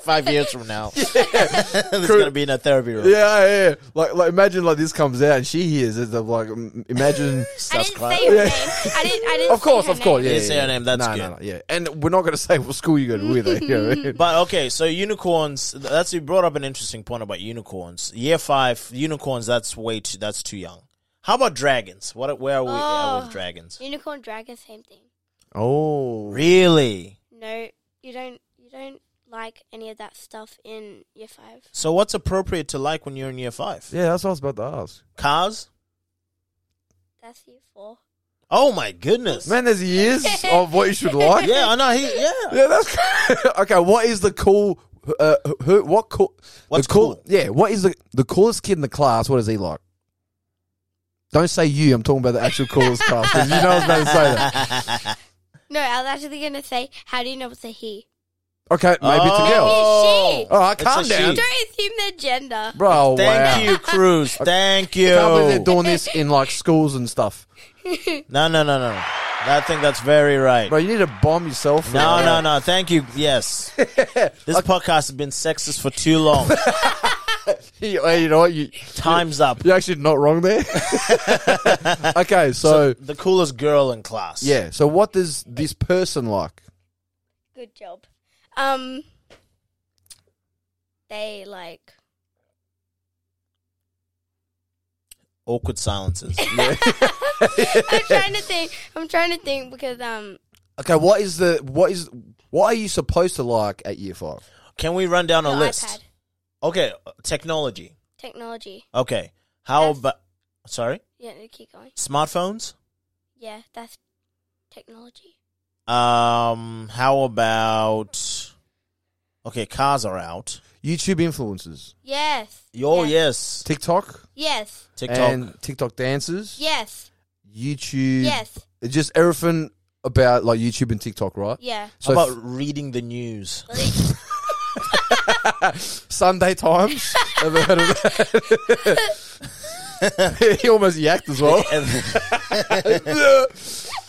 [SPEAKER 1] Five years from now, there's gonna be in a therapy room.
[SPEAKER 2] Yeah, yeah. Like, like imagine like this comes out and she hears it. Of like, mm, imagine.
[SPEAKER 3] I
[SPEAKER 1] Starts
[SPEAKER 3] didn't
[SPEAKER 1] crying.
[SPEAKER 3] say her
[SPEAKER 2] Yeah.
[SPEAKER 3] name. I didn't. I didn't.
[SPEAKER 2] of course,
[SPEAKER 3] say her
[SPEAKER 2] of course. Yeah,
[SPEAKER 3] name.
[SPEAKER 1] You
[SPEAKER 2] yeah,
[SPEAKER 1] didn't say
[SPEAKER 2] yeah.
[SPEAKER 1] her name, that's
[SPEAKER 2] no,
[SPEAKER 1] good.
[SPEAKER 2] no, no. Yeah, and we're not going to say what school you go to either. You know what I mean?
[SPEAKER 1] But okay, so unicorns. That's you brought up an interesting point about unicorns. Year five unicorns. That's way too. That's too young. How about dragons? What? Where are we at
[SPEAKER 3] Oh.
[SPEAKER 1] with dragons?
[SPEAKER 3] Unicorn, dragon, same thing.
[SPEAKER 2] oh,
[SPEAKER 1] Really?
[SPEAKER 3] No, you don't. You don't like any of that stuff in year five.
[SPEAKER 1] So what's appropriate to like when you're in year five?
[SPEAKER 2] Yeah, that's what I was about to ask.
[SPEAKER 1] Cars?
[SPEAKER 3] That's year four.
[SPEAKER 1] Oh my goodness.
[SPEAKER 2] Man, there's years of what you should like.
[SPEAKER 1] Yeah, I know. He, yeah.
[SPEAKER 2] Yeah, that's okay. What is the cool? Uh, who? What cool?
[SPEAKER 1] What's
[SPEAKER 2] the cool,
[SPEAKER 1] cool?
[SPEAKER 2] Yeah. What is the the coolest kid in the class? What is he like? Don't say you. I'm talking about the actual coolest class. 'cause You know I was about to say that.
[SPEAKER 3] No, I was actually gonna say, how do you know it's a he?
[SPEAKER 2] Okay, maybe it's a girl.
[SPEAKER 3] It's she.
[SPEAKER 2] All
[SPEAKER 1] Oh.
[SPEAKER 2] right,
[SPEAKER 1] It's
[SPEAKER 2] calm
[SPEAKER 1] a
[SPEAKER 2] down,
[SPEAKER 1] she.
[SPEAKER 3] Don't assume their gender.
[SPEAKER 2] bro. Oh, wow.
[SPEAKER 1] Thank you, Cruz. Thank you.
[SPEAKER 2] Can't believe they're doing this in like schools and stuff,
[SPEAKER 1] No, no, no, no. I think that's very right.
[SPEAKER 2] bro. You need to bomb yourself. for
[SPEAKER 1] No,
[SPEAKER 2] that.
[SPEAKER 1] no, no. Thank you. Yes. This podcast has been sexist for too long.
[SPEAKER 2] You, hey, you know what? You
[SPEAKER 1] Time's up.
[SPEAKER 2] you're actually not wrong there. okay, so
[SPEAKER 1] The coolest girl in class.
[SPEAKER 2] yeah. So what does this person like?
[SPEAKER 3] Good job. Um, they like
[SPEAKER 1] Awkward silences.
[SPEAKER 3] I'm trying to think. I'm trying to think because um,
[SPEAKER 2] Okay, what is the what is what are you supposed to like at year five?
[SPEAKER 1] Can we run down a
[SPEAKER 3] no,
[SPEAKER 1] list?
[SPEAKER 3] iPad
[SPEAKER 1] Okay. Technology.
[SPEAKER 3] technology.
[SPEAKER 1] Okay. How
[SPEAKER 3] Yes.
[SPEAKER 1] about. Sorry?
[SPEAKER 3] Yeah, no, keep going.
[SPEAKER 1] Smartphones?
[SPEAKER 3] Yeah, that's technology.
[SPEAKER 1] Um, how about. Okay, cars are out.
[SPEAKER 2] YouTube influencers,
[SPEAKER 3] Yes.
[SPEAKER 1] Oh,
[SPEAKER 3] yes.
[SPEAKER 1] yes.
[SPEAKER 2] TikTok,
[SPEAKER 3] Yes.
[SPEAKER 1] TikTok.
[SPEAKER 2] and TikTok dances,
[SPEAKER 3] Yes.
[SPEAKER 2] YouTube,
[SPEAKER 3] Yes.
[SPEAKER 2] It's just everything about like YouTube and TikTok, right?
[SPEAKER 3] Yeah.
[SPEAKER 1] how
[SPEAKER 2] So
[SPEAKER 1] about
[SPEAKER 2] f-
[SPEAKER 1] reading the news?
[SPEAKER 2] Sunday Times, ever heard of that? he almost yacked as well.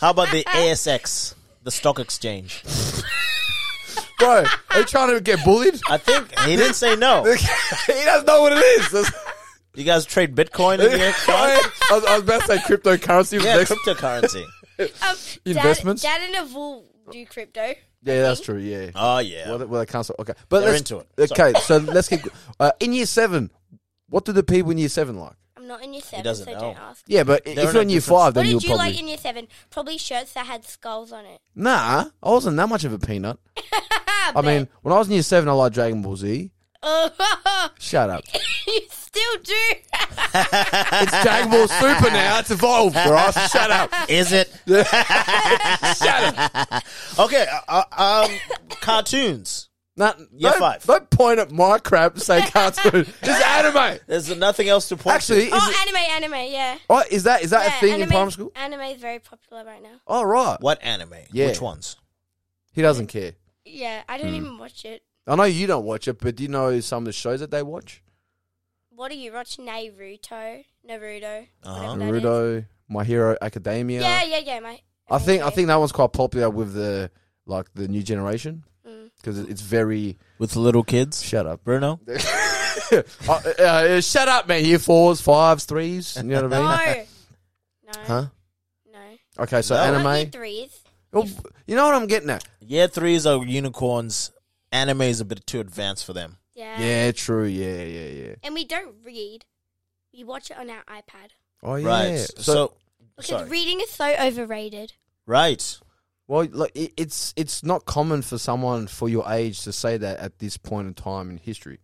[SPEAKER 1] How about the ASX, the stock exchange?
[SPEAKER 2] Bro, are you trying to get bullied?
[SPEAKER 1] I think he didn't say no.
[SPEAKER 2] he doesn't know what it is. That's-
[SPEAKER 1] You guys trade Bitcoin in the next class?
[SPEAKER 2] I, was, I was about to say cryptocurrency.
[SPEAKER 1] Yeah,
[SPEAKER 2] next.
[SPEAKER 1] cryptocurrency.
[SPEAKER 3] Um,
[SPEAKER 2] Investments?
[SPEAKER 3] Dad, Dad and Avul do crypto.
[SPEAKER 2] yeah, that's true. Yeah.
[SPEAKER 1] Oh, yeah.
[SPEAKER 2] Well, they- well, they can't. stop- Okay, but
[SPEAKER 1] They're
[SPEAKER 2] let's,
[SPEAKER 1] into it.
[SPEAKER 2] Okay, so let's keep uh, in year seven. What do the people in year seven like?
[SPEAKER 3] I'm not in year seven,
[SPEAKER 1] doesn't
[SPEAKER 3] so
[SPEAKER 1] know.
[SPEAKER 3] don't ask.
[SPEAKER 2] Yeah, but
[SPEAKER 1] They're
[SPEAKER 2] if you're
[SPEAKER 1] in
[SPEAKER 2] in
[SPEAKER 1] a
[SPEAKER 2] year
[SPEAKER 1] different-
[SPEAKER 2] five,
[SPEAKER 3] What
[SPEAKER 2] then you'll
[SPEAKER 3] did you
[SPEAKER 2] probably
[SPEAKER 3] like in year seven? Probably shirts that had skulls on it.
[SPEAKER 2] nah. I wasn't that much of a peanut. I mean, when I was in year seven, I liked Dragon Ball Z.
[SPEAKER 3] Oh,
[SPEAKER 2] Shut up!
[SPEAKER 3] you still do.
[SPEAKER 2] It's Dragon Ball Super now. It's evolved. All right, shut up!
[SPEAKER 1] Is it?
[SPEAKER 2] Shut up!
[SPEAKER 1] Okay, uh, uh, um, cartoons.
[SPEAKER 2] Nah,
[SPEAKER 1] Year
[SPEAKER 2] don't,
[SPEAKER 1] five.
[SPEAKER 2] Don't point at my crap and say cartoon. It's anime.
[SPEAKER 1] There's nothing else to point to.
[SPEAKER 2] Actually, is,
[SPEAKER 3] oh,
[SPEAKER 2] it,
[SPEAKER 3] anime, anime, yeah.
[SPEAKER 2] oh, is that is that
[SPEAKER 3] Yeah,
[SPEAKER 2] a thing in
[SPEAKER 3] anime's-
[SPEAKER 2] primary school?
[SPEAKER 3] Anime is very popular right now.
[SPEAKER 2] All right.
[SPEAKER 1] What anime?
[SPEAKER 2] Yeah.
[SPEAKER 1] Which ones?
[SPEAKER 2] He doesn't care.
[SPEAKER 3] Yeah, I
[SPEAKER 2] Hmm.
[SPEAKER 3] don't even watch it.
[SPEAKER 2] I know you don't watch it, but do you know some of the shows that they watch?
[SPEAKER 3] What are you watching? Naruto, Naruto,
[SPEAKER 1] Uh-huh.
[SPEAKER 3] whatever that is.
[SPEAKER 2] Ah, Naruto, Oh, My Hero Academia.
[SPEAKER 3] Yeah, yeah, yeah. My,
[SPEAKER 2] I think I
[SPEAKER 3] okay.
[SPEAKER 2] think that one's quite popular with the like the new generation
[SPEAKER 3] Mm.
[SPEAKER 2] because it's very
[SPEAKER 1] With little kids?
[SPEAKER 2] shut up.
[SPEAKER 1] Bruno?
[SPEAKER 2] uh, uh, shut up, man. Year fours, fives, threes. You know what I
[SPEAKER 3] No,
[SPEAKER 2] mean?
[SPEAKER 3] no,
[SPEAKER 2] Huh?
[SPEAKER 3] no.
[SPEAKER 2] Okay, so
[SPEAKER 1] No.
[SPEAKER 3] Not year
[SPEAKER 2] anime.
[SPEAKER 3] threes.
[SPEAKER 2] Well, you know what I'm getting at?
[SPEAKER 1] Year threes are unicorns. Anime is a bit too advanced for them.
[SPEAKER 3] Yeah.
[SPEAKER 2] Yeah, true. Yeah, yeah, yeah.
[SPEAKER 3] And we don't read. We watch it on our iPad.
[SPEAKER 2] Oh yeah.
[SPEAKER 1] Right.
[SPEAKER 2] So,
[SPEAKER 1] So,
[SPEAKER 3] Because
[SPEAKER 1] sorry.
[SPEAKER 3] reading is so overrated.
[SPEAKER 1] right.
[SPEAKER 2] well, look, it, it's it's not common for someone for your age to say that at this point in time in history.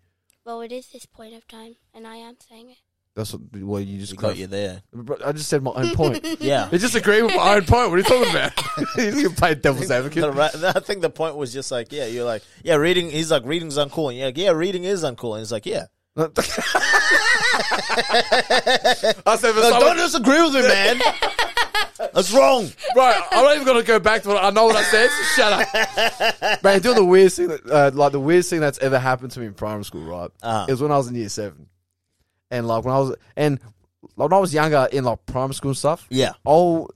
[SPEAKER 3] Well, it is this point of time, and I am saying it.
[SPEAKER 2] That's what, well, you just
[SPEAKER 1] We got you there.
[SPEAKER 2] But I just said my own point.
[SPEAKER 1] Yeah.
[SPEAKER 2] I just agree with my own point. What are you talking about? you can play devil's
[SPEAKER 1] The
[SPEAKER 2] advocate.
[SPEAKER 1] right- I think the point was just like, yeah, you're like, yeah, reading. He's like, reading's uncool. And you're like, yeah, reading is uncool. And he's like, yeah.
[SPEAKER 2] I said, for
[SPEAKER 1] Like,
[SPEAKER 2] someone,
[SPEAKER 1] don't disagree with me, man. That's wrong.
[SPEAKER 2] bro, I'm not even gonna go back to what I know what I said. so shut up, man. Do the weirdest thing, that, uh, like the weirdest thing that's ever happened to me in primary school, right?
[SPEAKER 1] Uh-huh.
[SPEAKER 2] It was when I was in year seven, and like when I was and like, when I was younger in like primary school and stuff.
[SPEAKER 1] Yeah.
[SPEAKER 2] Oh,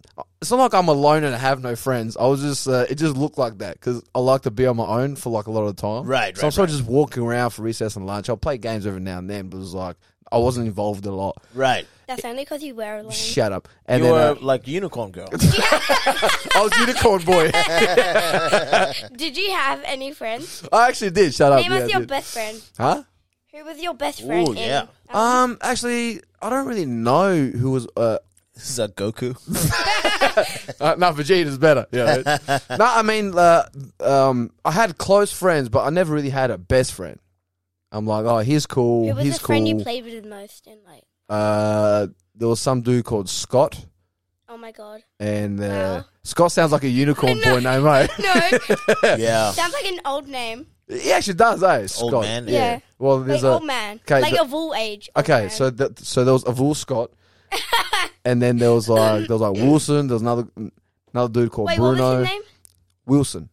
[SPEAKER 2] it's not like I'm alone and I have no friends. I was just, uh, it just looked like that because I like to be on my own for like a lot of the time.
[SPEAKER 1] Right,
[SPEAKER 2] So I'm
[SPEAKER 1] right,
[SPEAKER 2] sort of just walking around for recess and lunch. I'll play games every now and then, but it was like, I wasn't involved a lot.
[SPEAKER 1] Right.
[SPEAKER 3] That's only because you wear a line.
[SPEAKER 2] Shut up. And
[SPEAKER 1] You
[SPEAKER 2] then
[SPEAKER 1] were
[SPEAKER 2] uh,
[SPEAKER 1] like unicorn girl.
[SPEAKER 2] I was unicorn boy.
[SPEAKER 3] Did you have any friends?
[SPEAKER 2] I actually did. Shut up.
[SPEAKER 3] Name
[SPEAKER 2] Oh, yeah, I
[SPEAKER 3] us your
[SPEAKER 2] did.
[SPEAKER 3] best Oh. friend.
[SPEAKER 2] Huh?
[SPEAKER 3] Who was your best friend?
[SPEAKER 1] Ooh,
[SPEAKER 3] in-
[SPEAKER 1] yeah.
[SPEAKER 2] Um, actually, I don't really know who was uh,
[SPEAKER 1] This is a Goku.
[SPEAKER 2] Uh, no, Vegeta's better. Yeah. no, I mean, uh, um, I had close friends, but I never really had a best friend. I'm like, oh, he's cool.
[SPEAKER 3] Who was
[SPEAKER 2] he's
[SPEAKER 3] the friend
[SPEAKER 2] cool.
[SPEAKER 3] you played with the most? And like,
[SPEAKER 2] uh, there was some dude called Scott,
[SPEAKER 3] oh my god,
[SPEAKER 2] and uh,
[SPEAKER 3] Wow.
[SPEAKER 2] Scott sounds like a unicorn
[SPEAKER 3] Oh. No.
[SPEAKER 2] boy name, right?
[SPEAKER 3] no,
[SPEAKER 1] yeah.
[SPEAKER 3] sounds like an old name.
[SPEAKER 2] he actually does, eh? Scott.
[SPEAKER 1] Old man.
[SPEAKER 3] Yeah,
[SPEAKER 2] Well, there's
[SPEAKER 3] like
[SPEAKER 2] a
[SPEAKER 3] old man,
[SPEAKER 2] 'kay,
[SPEAKER 3] like
[SPEAKER 2] the-
[SPEAKER 3] of all age. old
[SPEAKER 2] okay.
[SPEAKER 3] man.
[SPEAKER 2] So that so there was Avul Scott, and then there was like there was like Wilson. There was another another dude called
[SPEAKER 3] wait,
[SPEAKER 2] Bruno.
[SPEAKER 3] what was his name?
[SPEAKER 2] Wilson.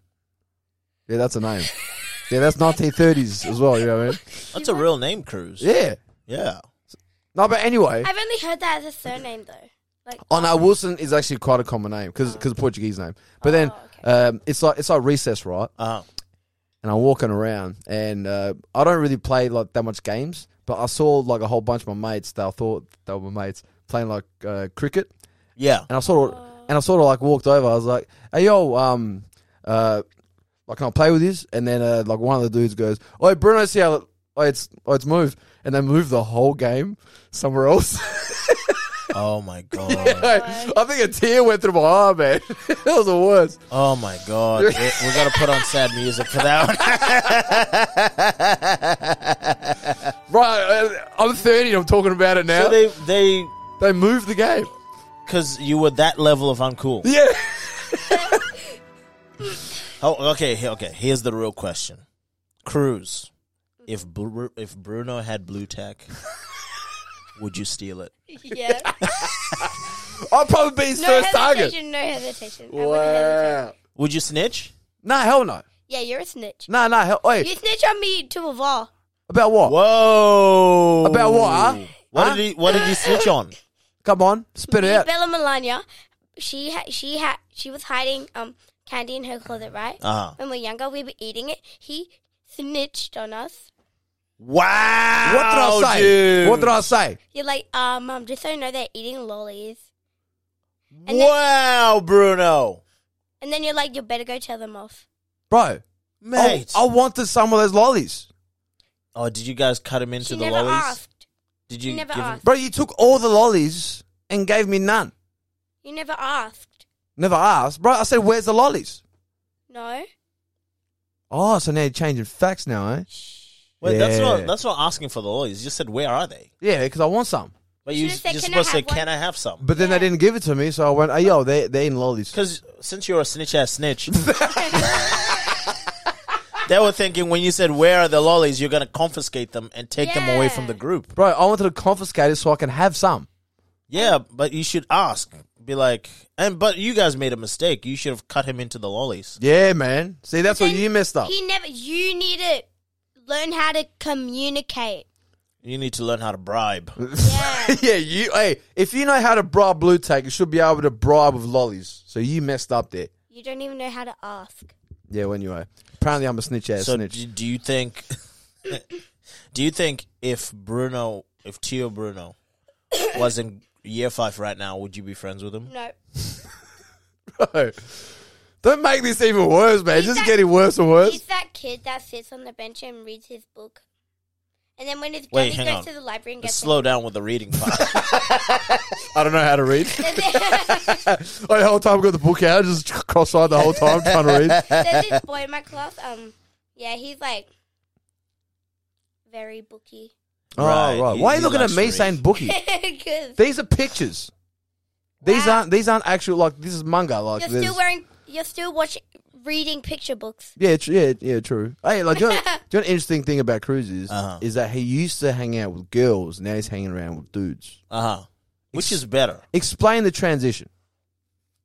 [SPEAKER 2] Yeah, that's a name. yeah, that's 1930s as well. You know what I mean?
[SPEAKER 1] That's a real name, Cruz.
[SPEAKER 2] Yeah.
[SPEAKER 1] Yeah.
[SPEAKER 2] No, but anyway,
[SPEAKER 3] I've only heard that as a surname though. Like,
[SPEAKER 2] oh no, Wilson is actually quite a common name because Portuguese name. But then
[SPEAKER 3] Oh, okay.
[SPEAKER 2] um, it's like it's like recess, right?
[SPEAKER 1] Uh,
[SPEAKER 2] And I'm walking around, and uh, I don't really play like that much games, but I saw like a whole bunch of my mates that I thought they were my mates playing like uh, cricket,
[SPEAKER 1] yeah.
[SPEAKER 2] and I sort of and I sort of like walked over. I was like, "Hey yo, um, uh, like can I play with this?" And then uh, like one of the dudes goes, "Oh, Bruno, see how oh, it's oh, it's moved," and they moved the whole game somewhere else.
[SPEAKER 1] Oh my god.
[SPEAKER 2] I think a tear went through my eye, man. that was the worst.
[SPEAKER 1] Oh my god. we, we gotta put on sad music for that one.
[SPEAKER 2] Right, uh, I'm 30 and I'm talking about it now.
[SPEAKER 1] So
[SPEAKER 2] they,
[SPEAKER 1] they they
[SPEAKER 2] moved the game.
[SPEAKER 1] because you were that level of uncool.
[SPEAKER 2] Yeah.
[SPEAKER 1] Oh, okay. he- Okay. Here's the real question, Cruz. If Bru- if Bruno had blue tack, would you steal it?
[SPEAKER 3] yeah.
[SPEAKER 2] I'll probably be his
[SPEAKER 3] No
[SPEAKER 2] first target.
[SPEAKER 3] hesitation. No hesitation. I wouldn't hesitate.
[SPEAKER 2] Wow.
[SPEAKER 1] Would you snitch?
[SPEAKER 2] Nah, hell no.
[SPEAKER 3] Yeah, you're a snitch.
[SPEAKER 2] Nah, nah, hell.
[SPEAKER 3] You
[SPEAKER 2] Wait,
[SPEAKER 3] snitch on me to a var.
[SPEAKER 2] about what?
[SPEAKER 1] Whoa!
[SPEAKER 2] About what, huh?
[SPEAKER 1] What
[SPEAKER 2] Huh?
[SPEAKER 1] did he What did he snitch on?
[SPEAKER 2] Come on, spit it
[SPEAKER 3] Me,
[SPEAKER 2] out.
[SPEAKER 3] Bella Melania, she ha- she ha- she was hiding um candy in her closet, right?
[SPEAKER 1] Uh-huh.
[SPEAKER 3] When we were younger, we were eating it. He snitched on us.
[SPEAKER 1] Wow!
[SPEAKER 2] What did I say?
[SPEAKER 1] Dude.
[SPEAKER 2] What did I say?
[SPEAKER 3] You're like, uh, mom, just so you know, they're eating lollies. And then-
[SPEAKER 1] wow, Bruno,
[SPEAKER 3] And then you're like, you better go tell them off.
[SPEAKER 2] Bro, I,
[SPEAKER 1] mate.
[SPEAKER 2] I wanted some of those lollies.
[SPEAKER 1] oh, did you guys cut him
[SPEAKER 3] She
[SPEAKER 1] into the
[SPEAKER 3] never
[SPEAKER 1] lollies?
[SPEAKER 3] asked.
[SPEAKER 1] Did
[SPEAKER 3] She
[SPEAKER 1] you
[SPEAKER 3] never
[SPEAKER 1] give him-
[SPEAKER 3] asked.
[SPEAKER 2] Bro, you took all the lollies and gave me none.
[SPEAKER 3] You never asked.
[SPEAKER 2] Never asked. Bro, I said, where's the lollies?
[SPEAKER 3] No.
[SPEAKER 2] Oh, so now you're changing facts now, eh?
[SPEAKER 1] Wait, that's
[SPEAKER 2] Yeah.
[SPEAKER 1] not that's not asking for the lollies. You just said where are they?
[SPEAKER 2] Yeah, because I want some.
[SPEAKER 1] But you
[SPEAKER 3] Should've said,
[SPEAKER 1] you're
[SPEAKER 3] "Can I
[SPEAKER 1] supposed to say,
[SPEAKER 3] have one?"
[SPEAKER 1] "Can I have some?"
[SPEAKER 2] But then they didn't give it to me, so I went, "Hey, yo, they they in lollies."
[SPEAKER 1] Because since you're a snitch ass snitch, they were thinking when you said "Where are the lollies?" You're gonna confiscate them and take them away
[SPEAKER 3] Yeah.
[SPEAKER 1] from the group.
[SPEAKER 2] Bro, I wanted to confiscate it so I can have some.
[SPEAKER 1] Yeah, but you should ask. Be like, and but you guys made a mistake. You should have cut him into the lollies.
[SPEAKER 2] Yeah, man. See, that's what
[SPEAKER 3] Then
[SPEAKER 2] you messed up.
[SPEAKER 3] He never. You need to learn how to communicate.
[SPEAKER 1] You need to learn how to bribe.
[SPEAKER 3] Yeah.
[SPEAKER 2] yeah, you. Hey, if you know how to bribe blue tag, you should be able to bribe with lollies. So you messed up there.
[SPEAKER 3] you don't even know how to ask.
[SPEAKER 2] Yeah, when you are. Apparently, I'm a snitch ass
[SPEAKER 1] so
[SPEAKER 2] snitch.
[SPEAKER 1] d- do you think? do you think if Bruno, if Tio Bruno, was in year five right now, would you be friends with him?
[SPEAKER 3] No.
[SPEAKER 2] Bro, don't make this even worse, man. It's
[SPEAKER 3] He's
[SPEAKER 2] just
[SPEAKER 3] that-
[SPEAKER 2] getting worse and worse.
[SPEAKER 3] He's that kid that sits on the bench and reads his book. And then when his
[SPEAKER 1] Wait,
[SPEAKER 3] daddy
[SPEAKER 1] hang
[SPEAKER 3] goes
[SPEAKER 1] on.
[SPEAKER 3] to the library and
[SPEAKER 1] Let's
[SPEAKER 3] gets
[SPEAKER 1] slow down with the reading part.
[SPEAKER 2] I don't know how to read.
[SPEAKER 3] it. There's this-
[SPEAKER 2] I the whole time got the book out, just cross-eyed the whole time trying to read.
[SPEAKER 3] there's this boy in my class. Um, yeah, he's like very booky.
[SPEAKER 2] Oh,
[SPEAKER 1] Right,
[SPEAKER 2] right.
[SPEAKER 1] he-
[SPEAKER 2] Why are you
[SPEAKER 1] he
[SPEAKER 2] looking at
[SPEAKER 1] likes to
[SPEAKER 2] me
[SPEAKER 1] read.
[SPEAKER 2] saying bookie?
[SPEAKER 3] 'Cause
[SPEAKER 2] These are pictures. These
[SPEAKER 3] Wow.
[SPEAKER 2] aren't these aren't actual like this is manga like
[SPEAKER 3] you're
[SPEAKER 2] there's-
[SPEAKER 3] still wearing, you're still watching, reading picture books.
[SPEAKER 2] yeah tr- yeah yeah true. Hey, like do you, know, do you know an interesting thing about Cruz is
[SPEAKER 1] Uh-huh.
[SPEAKER 2] is that he used to hang out with girls, now he's hanging around with dudes.
[SPEAKER 1] Uh huh. Which is better?
[SPEAKER 2] Explain the transition.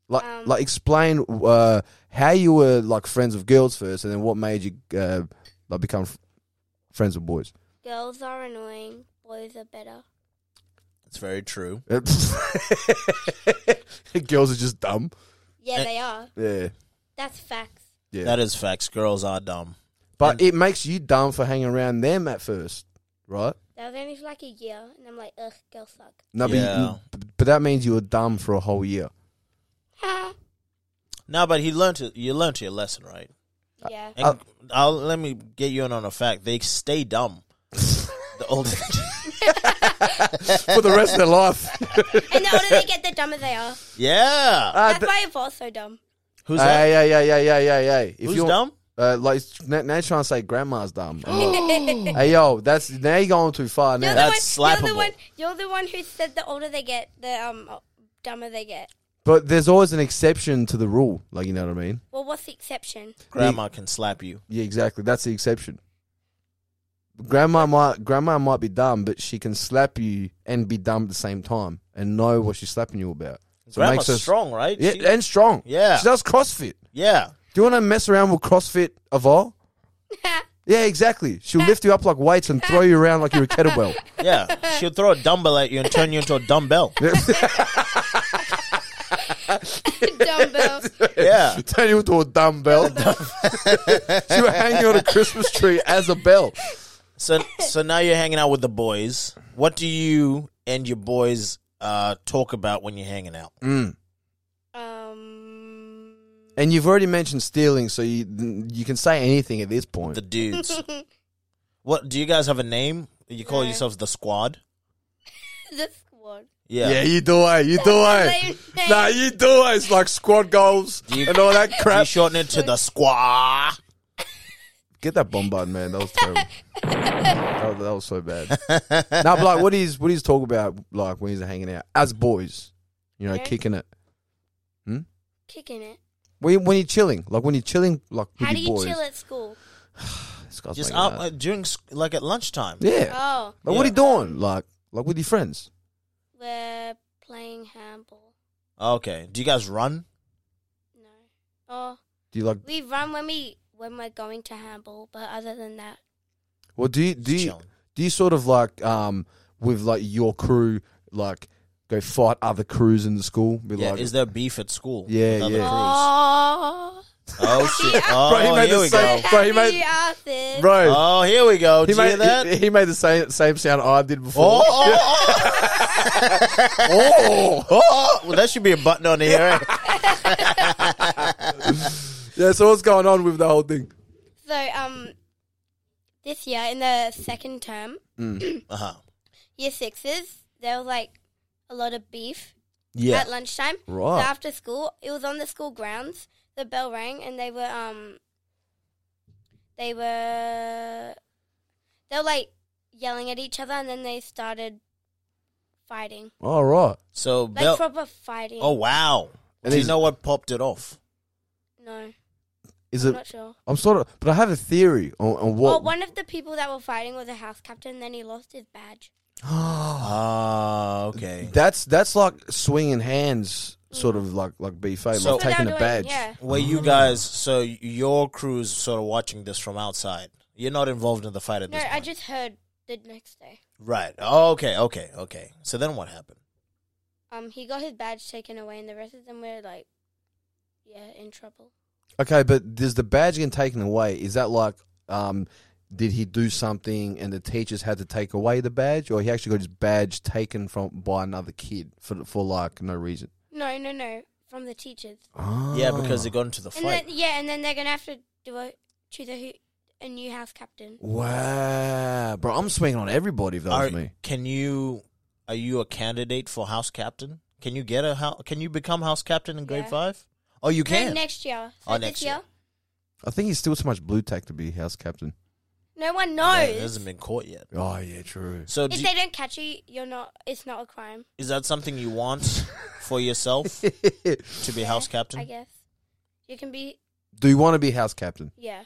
[SPEAKER 2] Like
[SPEAKER 3] Um.
[SPEAKER 2] like explain uh, how you were like friends with girls first, and then what made you uh, like become f- friends with boys.
[SPEAKER 3] Girls are annoying. Boys are better.
[SPEAKER 1] It's very true.
[SPEAKER 2] girls are just dumb.
[SPEAKER 3] Yeah, they are.
[SPEAKER 2] Yeah,
[SPEAKER 3] That's facts.
[SPEAKER 2] yeah.
[SPEAKER 1] That is facts. Girls are dumb.
[SPEAKER 2] But it makes you dumb for hanging around them at first, right?
[SPEAKER 3] That was only for like a year, and I'm like, ugh, girls suck.
[SPEAKER 2] No, but you-
[SPEAKER 1] Yeah.
[SPEAKER 2] but, but that means you were dumb for a whole year.
[SPEAKER 1] No, but he learned it. You learned your lesson, right?
[SPEAKER 3] yeah.
[SPEAKER 2] Uh,
[SPEAKER 1] And I'll let me get you in on a fact. They stay dumb. the older.
[SPEAKER 2] for the rest of their life.
[SPEAKER 3] And the older they get, the dumber they are.
[SPEAKER 1] Yeah.
[SPEAKER 2] Uh,
[SPEAKER 3] That's
[SPEAKER 2] th- Ah,
[SPEAKER 3] why Evolve's so dumb.
[SPEAKER 1] Who's that?
[SPEAKER 2] Hey, hey, hey, hey, hey, hey, hey. If
[SPEAKER 1] Who's
[SPEAKER 2] you're-
[SPEAKER 1] dumb?
[SPEAKER 2] Uh, like now, now you're trying to say grandma's dumb.
[SPEAKER 3] you're
[SPEAKER 2] hey yo, that's now you're going too far. Now
[SPEAKER 1] That's
[SPEAKER 3] the one, you're the
[SPEAKER 1] slappable.
[SPEAKER 3] one. You're the one who said the older they get, the um dumber they get.
[SPEAKER 2] But there's always an exception to the rule. Like you know what I mean?
[SPEAKER 3] Well, what's the exception?
[SPEAKER 1] Grandma can slap you.
[SPEAKER 2] Yeah, exactly. That's the exception. Grandma might grandma might be dumb, but she can slap you and be dumb at the same time and know what she's slapping you about. So it
[SPEAKER 1] Grandma's
[SPEAKER 2] makes her-
[SPEAKER 1] strong, right?
[SPEAKER 2] Yeah,
[SPEAKER 1] She-
[SPEAKER 2] and strong.
[SPEAKER 1] Yeah.
[SPEAKER 2] She does CrossFit.
[SPEAKER 1] yeah.
[SPEAKER 2] Do you want to mess around with CrossFit of all? Yeah, exactly. She'll lift you up like weights and throw you around like you're a kettlebell.
[SPEAKER 1] Yeah. She'll throw a dumbbell at you and turn you into a dumbbell.
[SPEAKER 3] Dumbbell.
[SPEAKER 1] Yeah.
[SPEAKER 2] Turn you into a dumbbell. she would hang you on a Christmas tree as a bell.
[SPEAKER 1] So so now you're hanging out with the boys. What do you and your boys uh, talk about when you're hanging out?
[SPEAKER 3] um.
[SPEAKER 2] And you've already mentioned stealing, so you you can say anything at this point.
[SPEAKER 1] The dudes. what do you guys have a name? You call
[SPEAKER 3] No.
[SPEAKER 1] yourselves the squad?
[SPEAKER 3] The squad.
[SPEAKER 1] Yeah.
[SPEAKER 2] you do it. You do eh?
[SPEAKER 3] Same thing. Nah,
[SPEAKER 2] you do it. It's like squad goals
[SPEAKER 1] You-
[SPEAKER 2] all that
[SPEAKER 1] You shorten it to the squad.
[SPEAKER 2] Get that bomb button, man. That was terrible. that, was, that was so bad. now, but like, what is what is talk about? Like when he's hanging out as boys, you know,
[SPEAKER 3] Yeah.
[SPEAKER 2] kicking it.
[SPEAKER 3] Kicking it.
[SPEAKER 2] When, you- when you're chilling, like when you're chilling, like with
[SPEAKER 3] How do
[SPEAKER 2] your
[SPEAKER 3] you
[SPEAKER 2] boys.
[SPEAKER 3] chill at school?
[SPEAKER 2] This guy's
[SPEAKER 1] Just
[SPEAKER 2] making
[SPEAKER 1] up
[SPEAKER 2] that.
[SPEAKER 1] uh, during s- like at lunchtime.
[SPEAKER 2] yeah.
[SPEAKER 3] Oh,
[SPEAKER 2] Like, what are you doing? Like, like with your friends?
[SPEAKER 3] we're playing handball.
[SPEAKER 1] Okay. Do you guys run?
[SPEAKER 3] No. Oh,
[SPEAKER 2] Do you like?
[SPEAKER 3] we run when we when we're going to handball, but other than that,
[SPEAKER 2] Well, do you do you,
[SPEAKER 1] Chilling.
[SPEAKER 2] do you sort of like um with like your crew like go fight other crews in the school? Be
[SPEAKER 1] Yeah.
[SPEAKER 2] like,
[SPEAKER 1] Is there beef at school?
[SPEAKER 2] Yeah,
[SPEAKER 1] with other
[SPEAKER 2] yeah.
[SPEAKER 1] crews?
[SPEAKER 3] oh,
[SPEAKER 1] Oh shit! Oh,
[SPEAKER 2] Bro, he made
[SPEAKER 1] here
[SPEAKER 2] the
[SPEAKER 1] we
[SPEAKER 2] same-
[SPEAKER 1] go.
[SPEAKER 3] happy
[SPEAKER 2] Bro, he made-
[SPEAKER 3] you asked it.
[SPEAKER 2] bro,
[SPEAKER 1] Oh, here we go. Do
[SPEAKER 2] he
[SPEAKER 1] you hear
[SPEAKER 2] made
[SPEAKER 1] that?
[SPEAKER 2] he, he made the same same sound I did
[SPEAKER 1] Oh,
[SPEAKER 2] before.
[SPEAKER 1] oh, oh,
[SPEAKER 2] Oh.
[SPEAKER 1] oh. Well, that should be a button on here. eh?
[SPEAKER 2] yeah. So what's going on with the whole thing?
[SPEAKER 3] So um, this year in the second term,
[SPEAKER 1] Uh-huh.
[SPEAKER 3] year sixes, there was like a lot of beef
[SPEAKER 2] Yeah.
[SPEAKER 3] at lunchtime.
[SPEAKER 2] Right.
[SPEAKER 3] So after school, it was on the school grounds. The bell rang, and they were um, they were they were like yelling at each other, and then they started fighting,
[SPEAKER 2] All right.
[SPEAKER 1] So,
[SPEAKER 3] like
[SPEAKER 1] Bell.
[SPEAKER 3] proper fighting.
[SPEAKER 1] oh wow!
[SPEAKER 2] And
[SPEAKER 1] Do you
[SPEAKER 2] he's-
[SPEAKER 1] know what popped it off?
[SPEAKER 3] no,
[SPEAKER 2] Is it?
[SPEAKER 3] I'm not sure.
[SPEAKER 2] I'm sort of, but I have a theory on, on what.
[SPEAKER 3] Well, one of the people that were fighting was a house captain. Then he lost his badge.
[SPEAKER 1] Ah, okay.
[SPEAKER 2] that's that's like swinging hands, sort of like like BFA,
[SPEAKER 1] So-
[SPEAKER 2] like
[SPEAKER 3] That's what
[SPEAKER 2] taking
[SPEAKER 3] they were
[SPEAKER 2] a
[SPEAKER 3] doing,
[SPEAKER 2] badge.
[SPEAKER 3] Yeah.
[SPEAKER 1] Were you guys? So your crew's sort of watching this from outside. You're not involved in the fight at
[SPEAKER 3] No,
[SPEAKER 1] this
[SPEAKER 3] I
[SPEAKER 1] point,
[SPEAKER 3] just heard the next day.
[SPEAKER 1] right? Oh, okay, okay, okay. So then what happened?
[SPEAKER 3] Um, he got his badge taken away, and the rest of them were like, yeah, in trouble.
[SPEAKER 2] Okay, but does the badge getting taken away? Is that like, um, did he do something and the teachers had to take away the badge, or he actually got his badge taken from by another kid for for like no reason?
[SPEAKER 3] No, no, no, from the teachers.
[SPEAKER 1] Yeah,
[SPEAKER 2] Oh.
[SPEAKER 1] because they got into the
[SPEAKER 3] And then,
[SPEAKER 1] fight.
[SPEAKER 3] yeah, and then they're gonna have to do a choose a, who, a new house captain.
[SPEAKER 2] wow, bro, I'm swinging on everybody if that
[SPEAKER 1] Are-
[SPEAKER 2] was me.
[SPEAKER 1] Can you? Are you a candidate for house captain? Can you get a house? Can you become house captain in grade
[SPEAKER 3] Yeah.
[SPEAKER 1] five? Oh, you
[SPEAKER 3] No,
[SPEAKER 1] can.
[SPEAKER 3] next year. So
[SPEAKER 1] Oh,
[SPEAKER 3] this
[SPEAKER 1] next year.
[SPEAKER 2] I think he's still too much blue tack to be house captain.
[SPEAKER 3] No one
[SPEAKER 1] Yeah,
[SPEAKER 3] knows.
[SPEAKER 1] it hasn't been caught yet.
[SPEAKER 2] Oh yeah, true.
[SPEAKER 1] So do
[SPEAKER 3] if
[SPEAKER 1] you-
[SPEAKER 3] they don't catch you, you're not. It's not a crime.
[SPEAKER 1] Is that something you want for yourself to be house
[SPEAKER 3] I
[SPEAKER 1] captain?
[SPEAKER 3] guess you can be.
[SPEAKER 2] do you want to be house captain?
[SPEAKER 3] Yeah,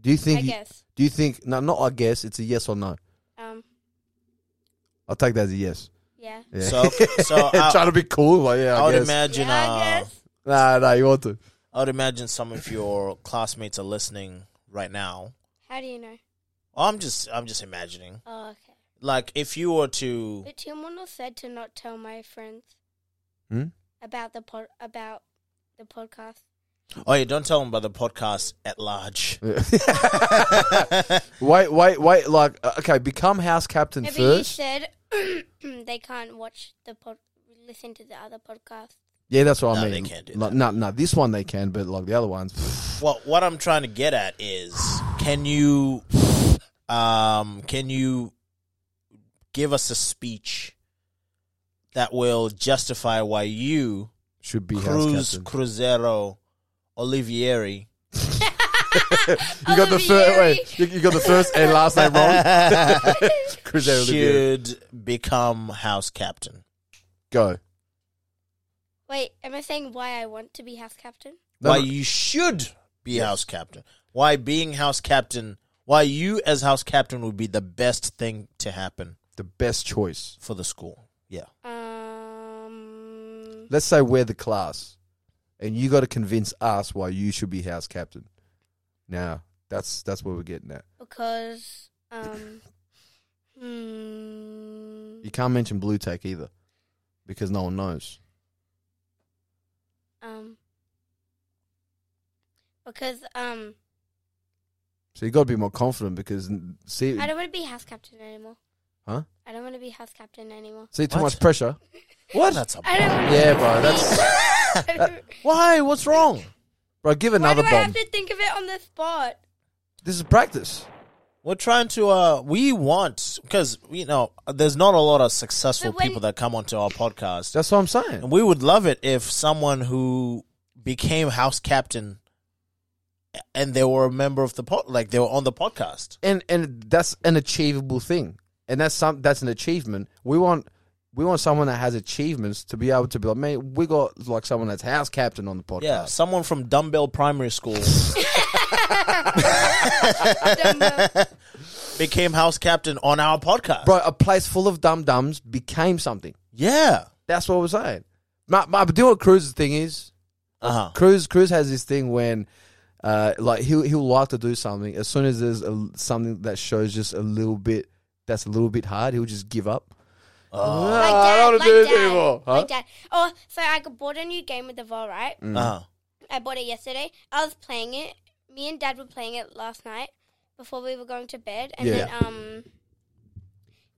[SPEAKER 2] Do you think?
[SPEAKER 3] I
[SPEAKER 2] you-
[SPEAKER 3] guess.
[SPEAKER 2] Do you think? No, not I guess. It's a yes or no.
[SPEAKER 3] Um,
[SPEAKER 2] I'll take that as a yes.
[SPEAKER 3] yeah.
[SPEAKER 2] Yeah.
[SPEAKER 1] So, so I,
[SPEAKER 2] trying to be cool, like yeah.
[SPEAKER 1] I
[SPEAKER 2] I,
[SPEAKER 1] would
[SPEAKER 2] guess.
[SPEAKER 1] imagine.
[SPEAKER 3] Yeah,
[SPEAKER 1] uh,
[SPEAKER 3] I guess.
[SPEAKER 2] Nah, nah, you want to.
[SPEAKER 1] I would imagine some of your classmates are listening right now.
[SPEAKER 3] How do you know?
[SPEAKER 1] I'm just, I'm just imagining.
[SPEAKER 3] Oh, okay.
[SPEAKER 1] Like, if you were to,
[SPEAKER 3] But Timono said to not tell my friends
[SPEAKER 2] Hmm?
[SPEAKER 3] about the pod about the podcast.
[SPEAKER 1] oh yeah, don't tell them about the podcast at large.
[SPEAKER 2] Wait, wait, wait. Like, uh, okay, become house captain
[SPEAKER 3] Maybe you
[SPEAKER 2] first.
[SPEAKER 3] said they can't watch the pod, listen to the other podcast.
[SPEAKER 2] Yeah, that's what I
[SPEAKER 1] No,
[SPEAKER 2] mean.
[SPEAKER 1] they can't do
[SPEAKER 2] like,
[SPEAKER 1] that.
[SPEAKER 2] No, no, this one they can, but like the other ones.
[SPEAKER 1] Well, what I'm trying to get at is, can you, um, can you give us a speech that will justify why you,
[SPEAKER 2] Should be house
[SPEAKER 1] Cruz
[SPEAKER 2] captain.
[SPEAKER 1] Cruzeiro Olivieri,
[SPEAKER 2] You got the
[SPEAKER 3] Oh,
[SPEAKER 2] first. Wait, you, you got the first and last name wrong. Cruz Olivier.
[SPEAKER 1] should become house captain.
[SPEAKER 2] Go.
[SPEAKER 3] Wait, am I saying why I want to be house captain?
[SPEAKER 2] No,
[SPEAKER 1] why
[SPEAKER 2] no.
[SPEAKER 1] you should be house captain. Why being house captain, why you as house captain would be the best thing to happen
[SPEAKER 2] The best choice.
[SPEAKER 1] for the school. Yeah.
[SPEAKER 3] Um,
[SPEAKER 2] Let's say we're the class, and you got to convince us why you should be house captain. Now that's that's where we're getting at.
[SPEAKER 3] because um, hmm,
[SPEAKER 2] You can't mention blue tack either, because no one knows.
[SPEAKER 3] um, because um,
[SPEAKER 2] So you got to be more confident because n- see
[SPEAKER 3] I don't want to be house captain anymore.
[SPEAKER 2] Huh?
[SPEAKER 3] I don't want to be house captain anymore.
[SPEAKER 2] see too
[SPEAKER 1] What?
[SPEAKER 2] much pressure.
[SPEAKER 1] What? That's a
[SPEAKER 3] I don't. Wanna
[SPEAKER 2] Yeah, bro. That's
[SPEAKER 1] Why? What's wrong?
[SPEAKER 2] bro. Give
[SPEAKER 3] Why do
[SPEAKER 2] Uh, another
[SPEAKER 3] I have
[SPEAKER 2] bomb.
[SPEAKER 3] to think of it on the spot?
[SPEAKER 2] This is practice.
[SPEAKER 1] We're trying to. uh We want because you know there's not a lot of successful
[SPEAKER 3] But when-
[SPEAKER 1] people that come onto our podcast,
[SPEAKER 2] That's what I'm saying.
[SPEAKER 1] and we would love it if someone who became house captain and they were a member of the pod, like they were on the podcast.
[SPEAKER 2] and and that's an achievable thing and that's some that's an achievement we want we want someone that has achievements to be able to be like man we got like someone that's house captain on the podcast
[SPEAKER 1] Yeah, someone from Dumbbell Primary School
[SPEAKER 3] Dumbo.
[SPEAKER 1] became house captain on our podcast.
[SPEAKER 2] bro a place full of dum dums became something
[SPEAKER 1] Yeah.
[SPEAKER 2] that's what we're saying my, my, but do you know what cruz's thing is
[SPEAKER 1] Uh huh.
[SPEAKER 2] cruz cruz has this thing when uh, like he'll he'll like to do something as soon as there's a, something that shows just a little bit that's a little bit hard he'll just give up
[SPEAKER 1] Uh
[SPEAKER 2] "Ah,
[SPEAKER 3] Like dad, like
[SPEAKER 2] wanna
[SPEAKER 3] dad,
[SPEAKER 2] Huh? Mm.
[SPEAKER 3] like dad. Oh, so I got- bought a new game with the ball, right?
[SPEAKER 1] huh.
[SPEAKER 3] I bought it yesterday. I was playing it. Me and Dad were playing it last night before we were going to bed, and
[SPEAKER 2] Yeah.
[SPEAKER 3] then um,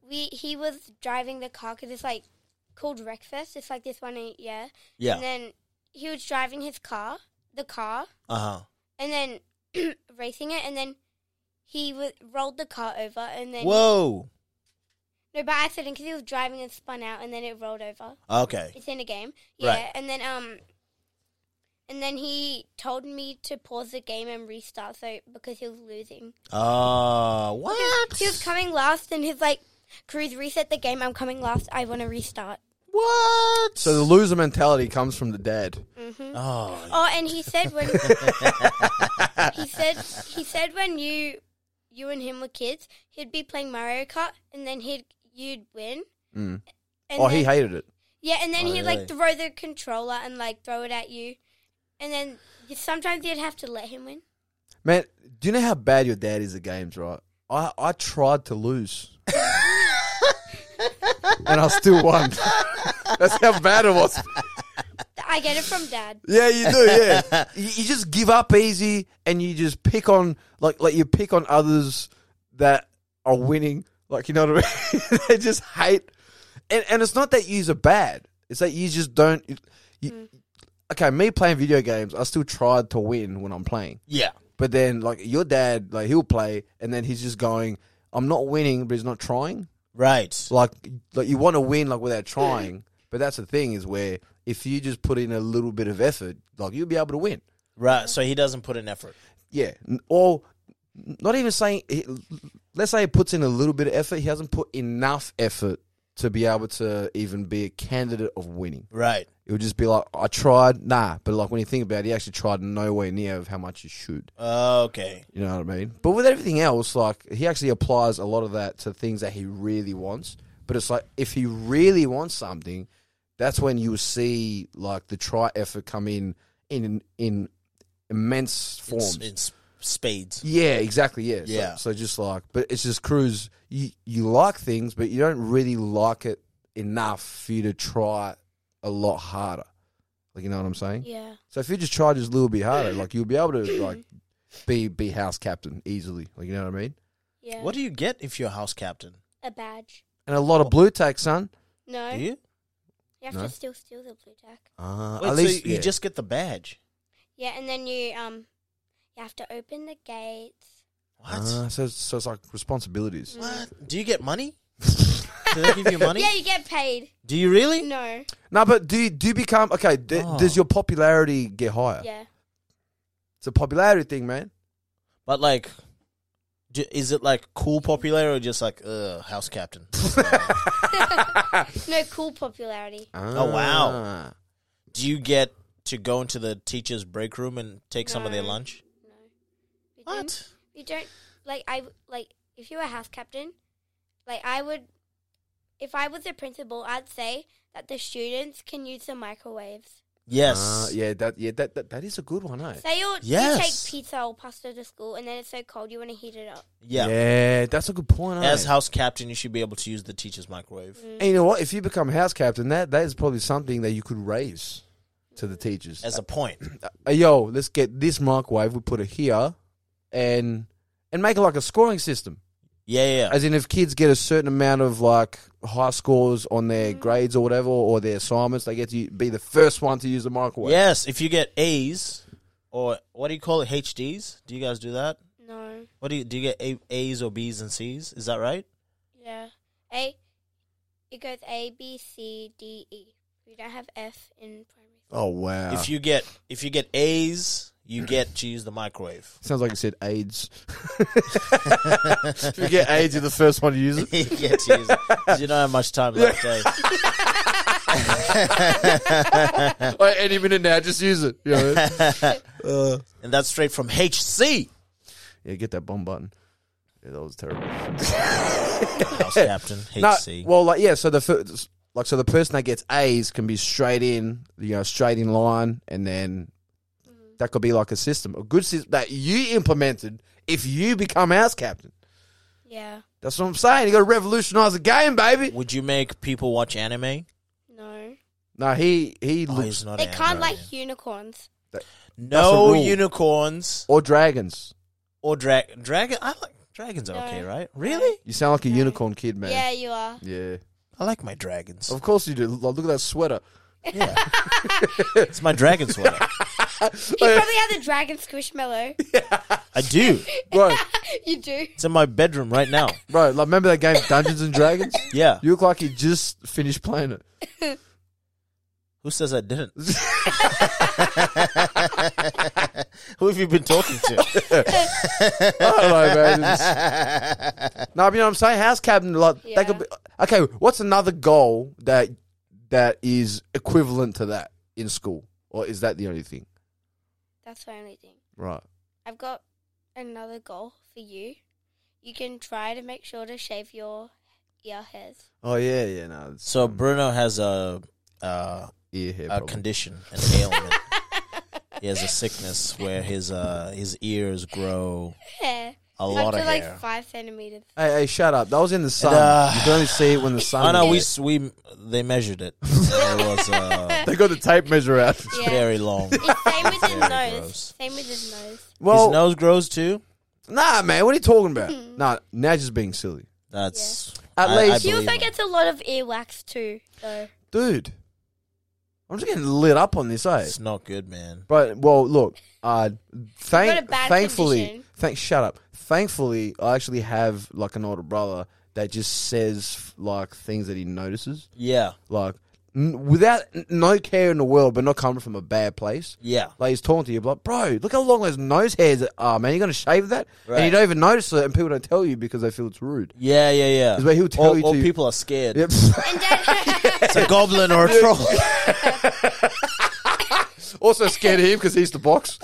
[SPEAKER 3] we he was driving the car because it's like called Wreckfest. It's like this one, in- yeah.
[SPEAKER 1] Yeah.
[SPEAKER 3] And then he was driving his car, the car,
[SPEAKER 1] Uh huh.
[SPEAKER 3] and then racing it, and then he was, rolled the car over, and then
[SPEAKER 1] Whoa.
[SPEAKER 3] no, by accident because he was driving and spun out, and then it rolled over.
[SPEAKER 1] Okay.
[SPEAKER 3] It's in a game. Yeah.
[SPEAKER 1] Right.
[SPEAKER 3] And then um and then he told me to pause the game and restart so because he was losing.
[SPEAKER 1] Uh what?
[SPEAKER 3] He was coming last and he's like, Cruz reset the game, I'm coming last, I wanna restart.
[SPEAKER 1] What?
[SPEAKER 2] so the loser mentality comes from the dad
[SPEAKER 1] oh,
[SPEAKER 3] Oh and he said when he said he said when you you and him were kids, he'd be playing Mario Kart and then he'd you'd win.
[SPEAKER 2] Mm.
[SPEAKER 3] And
[SPEAKER 2] oh
[SPEAKER 3] then,
[SPEAKER 2] he hated it
[SPEAKER 3] Yeah, and then
[SPEAKER 1] Oh,
[SPEAKER 3] he'd
[SPEAKER 1] really?
[SPEAKER 3] like throw the controller and like throw it at you. And then sometimes you'd have to let him win.
[SPEAKER 2] Man, do you know how bad your dad is at games, right? I, I tried to lose. and I still won. That's how bad it was.
[SPEAKER 3] I get it from dad.
[SPEAKER 2] Yeah, you do, yeah. you, you just give up easy and you just pick on like like you pick on others that are winning. Like you know what I mean? they just hate and and it's not that yous are bad. It's that you just don't you, Okay, me playing video games, I still tried to win when I'm playing.
[SPEAKER 1] yeah.
[SPEAKER 2] But then, like your dad, like he'll play, and then he's just going, "I'm not winning, but he's not trying."
[SPEAKER 1] Right.
[SPEAKER 2] Like, like you want to win, like without trying. But that's the thing is where if you just put in a little bit of effort, like you'll be able to win.
[SPEAKER 1] Right. So he doesn't put in effort.
[SPEAKER 2] Yeah, N- or not even saying. he- Let's say he puts in a little bit of effort. He hasn't put enough effort to be able to even be a candidate of winning.
[SPEAKER 1] Right.
[SPEAKER 2] It would just be like, "I tried, nah." But like when you think about it, he actually tried nowhere near of how much you should.
[SPEAKER 1] Okay.
[SPEAKER 2] You know what I mean? But with everything else, like he actually applies a lot of that to things that he really wants. But it's like if he really wants something, that's when you see like the try effort come in in in immense
[SPEAKER 1] In, s-
[SPEAKER 2] forms.
[SPEAKER 1] in s- spades.
[SPEAKER 2] yeah, exactly. Yeah. So-
[SPEAKER 1] Yeah.
[SPEAKER 2] So, just like, but it's just Cruz. You you like things, but you don't really like it enough for you to try a lot harder. Like you know what I'm saying?
[SPEAKER 3] Yeah.
[SPEAKER 2] So if you just try just a little bit harder, like you'll be able to like be be house captain easily. Like you know what I mean?
[SPEAKER 3] Yeah.
[SPEAKER 1] What do you get if you're house captain?
[SPEAKER 3] a badge?
[SPEAKER 2] And a lot of blue tack, son.
[SPEAKER 3] No.
[SPEAKER 1] Do
[SPEAKER 3] You
[SPEAKER 1] you?
[SPEAKER 3] have
[SPEAKER 2] No.
[SPEAKER 3] to still steal the blue tack.
[SPEAKER 2] Uh,
[SPEAKER 1] Wait,
[SPEAKER 2] at least
[SPEAKER 1] so you
[SPEAKER 2] yeah.
[SPEAKER 1] just get the badge.
[SPEAKER 3] Yeah, and then you um you have to open the gates.
[SPEAKER 1] What?
[SPEAKER 2] Uh, Ah, so so it's like responsibilities.
[SPEAKER 1] what? Do you get money? Do they give you money?
[SPEAKER 3] Yeah, you get paid.
[SPEAKER 1] Do you really?
[SPEAKER 3] No.
[SPEAKER 2] No, but do you, do you become okay? D-
[SPEAKER 1] Oh.
[SPEAKER 2] Does your popularity get higher?
[SPEAKER 3] Yeah.
[SPEAKER 2] It's a popularity thing, man.
[SPEAKER 1] But like, j- is it like cool popular or just like uh, house captain?
[SPEAKER 3] No cool popularity.
[SPEAKER 1] Oh, wow.
[SPEAKER 2] Ah.
[SPEAKER 1] Do you get to go into the teacher's break room and take some of their
[SPEAKER 3] No. Mm-hmm.
[SPEAKER 1] lunch?
[SPEAKER 3] You don't-
[SPEAKER 1] What?
[SPEAKER 3] You don't like I w- like if you were house captain, like I would. If I was a principal, I'd say that the students can use the microwaves.
[SPEAKER 1] Yes.
[SPEAKER 2] Uh, yeah, that yeah that, that that is a good one, eh?
[SPEAKER 3] Say you'll,
[SPEAKER 1] Yes.
[SPEAKER 3] you take pizza or pasta to school, and then it's so cold you want to heat it up.
[SPEAKER 1] yeah.
[SPEAKER 2] yeah, that's a good point. Eh?
[SPEAKER 1] As house captain, you should be able to use the teacher's microwave.
[SPEAKER 2] and you know what? If you become house captain, that that is probably something that you could raise to the teachers.
[SPEAKER 1] As a point.
[SPEAKER 2] Uh, yo, let's get this microwave. We put it here, and and make it like a scoring system.
[SPEAKER 1] Yeah, yeah, yeah.
[SPEAKER 2] As in, if kids get a certain amount of like high scores on their grades or whatever, or their assignments, they get to be the first one to use the microwave.
[SPEAKER 1] Yes, if you get A's or what do you call it? HDs? Do you guys do that?
[SPEAKER 3] No.
[SPEAKER 1] What do you do? You get A, A's or B's and C's? Is that right?
[SPEAKER 3] Yeah. A. It goes A B C D E. We don't have F in primary.
[SPEAKER 2] Oh wow!
[SPEAKER 1] If you get if you get A's, you get to use the microwave.
[SPEAKER 2] Sounds like you said AIDS. if you get AIDS, you're the first one to use it.
[SPEAKER 1] you get to use it. 'Cause You don't have much time left. eh?
[SPEAKER 2] Like, any minute now, just use it. You know?
[SPEAKER 1] and that's straight from HC.
[SPEAKER 2] yeah, get that bomb button. Yeah, that was terrible.
[SPEAKER 1] House Captain
[SPEAKER 2] No,
[SPEAKER 1] HC.
[SPEAKER 2] well, like yeah, so the first, like so the person that gets A's can be straight in, you know, straight in line, and then that could be like a system, a good system that you implemented if you become house captain.
[SPEAKER 3] Yeah.
[SPEAKER 2] That's what I'm saying. You got to revolutionize the game, baby.
[SPEAKER 1] Would you make people watch anime?
[SPEAKER 3] No.
[SPEAKER 2] No, he he
[SPEAKER 1] Oh,
[SPEAKER 2] looks
[SPEAKER 1] he's not
[SPEAKER 3] They
[SPEAKER 1] an
[SPEAKER 3] can't
[SPEAKER 1] anime.
[SPEAKER 3] like unicorns.
[SPEAKER 2] That's a
[SPEAKER 1] no
[SPEAKER 2] rule.
[SPEAKER 1] unicorns
[SPEAKER 2] or dragons.
[SPEAKER 1] or drag dragon. I like dragons are
[SPEAKER 3] No.
[SPEAKER 1] okay, right? Really?
[SPEAKER 2] You sound like a unicorn kid, man.
[SPEAKER 3] Yeah, you are.
[SPEAKER 2] Yeah.
[SPEAKER 1] I like my dragons.
[SPEAKER 2] Of course you do. Look look at that sweater.
[SPEAKER 1] Yeah, it's my dragon sweater.
[SPEAKER 3] You probably had the dragon squishmallow.
[SPEAKER 1] I do.
[SPEAKER 2] Bro,
[SPEAKER 3] you do.
[SPEAKER 1] It's in my bedroom right now.
[SPEAKER 2] bro, like, remember that game Dungeons and Dragons?
[SPEAKER 1] Yeah.
[SPEAKER 2] You look like you just finished playing it.
[SPEAKER 1] Who says I didn't? Who have you been talking to?
[SPEAKER 2] Oh, no, man. It's- no, but you know what I'm saying? House cabinet, like,
[SPEAKER 3] Yeah.
[SPEAKER 2] that could be. Okay, what's another goal that that is equivalent to that in school? Or is that the only thing?
[SPEAKER 3] That's the only thing.
[SPEAKER 2] Right.
[SPEAKER 3] I've got another goal for you. You can try to make sure to shave your ear hairs.
[SPEAKER 2] Oh, yeah, yeah, no. It's
[SPEAKER 1] So Bruno has a uh,
[SPEAKER 2] ear hair
[SPEAKER 1] a
[SPEAKER 2] problem.
[SPEAKER 1] condition, an ailment. he has a sickness where his uh, his ears grow
[SPEAKER 3] Hair.
[SPEAKER 1] a lot
[SPEAKER 3] Up
[SPEAKER 1] of
[SPEAKER 3] to like
[SPEAKER 1] hair.
[SPEAKER 3] five centimeters.
[SPEAKER 2] hey, hey, shut up. That was in the sun.
[SPEAKER 1] uh,
[SPEAKER 2] you can only see it when the sun.
[SPEAKER 1] Oh no, we
[SPEAKER 2] is
[SPEAKER 1] s- we they measured it. it was uh,
[SPEAKER 2] there. They got the tape measure out.
[SPEAKER 3] Yeah.
[SPEAKER 1] very long.
[SPEAKER 3] It's same with his
[SPEAKER 1] Very
[SPEAKER 3] nose.
[SPEAKER 1] gross.
[SPEAKER 3] Same with his nose.
[SPEAKER 2] Well,
[SPEAKER 1] His nose grows too.
[SPEAKER 2] Nah, man, what are you talking about? nah, now just being silly.
[SPEAKER 1] That's
[SPEAKER 2] At
[SPEAKER 1] I- I
[SPEAKER 2] least-
[SPEAKER 3] She
[SPEAKER 1] believe
[SPEAKER 3] also
[SPEAKER 1] him.
[SPEAKER 3] gets a lot of earwax too, though.
[SPEAKER 2] Dude, I'm just getting lit up on this, eh?
[SPEAKER 1] It's not good, man.
[SPEAKER 2] But, well, look, uh,
[SPEAKER 3] got
[SPEAKER 2] thank,
[SPEAKER 3] a bad
[SPEAKER 2] thankfully,
[SPEAKER 3] condition.
[SPEAKER 2] thank, shut up. Thankfully, I actually have, like, an older brother that just says, like, things that he notices.
[SPEAKER 1] Yeah,
[SPEAKER 2] Like, n- without n- no care in the world, but not coming from a bad place.
[SPEAKER 1] yeah.
[SPEAKER 2] Like, he's talking to you, like, bro, look how long those nose hairs are, man. You're going to shave that? And you
[SPEAKER 1] Right.
[SPEAKER 2] don't even notice it, and people don't tell you because they feel it's rude.
[SPEAKER 1] Yeah, yeah, yeah.
[SPEAKER 2] It's where he'll tell
[SPEAKER 1] or,
[SPEAKER 2] you
[SPEAKER 1] or
[SPEAKER 2] to-
[SPEAKER 1] people are scared.
[SPEAKER 2] Yep.
[SPEAKER 3] And dad,
[SPEAKER 1] It's a goblin or a troll.
[SPEAKER 2] Also scared of him because he's the box.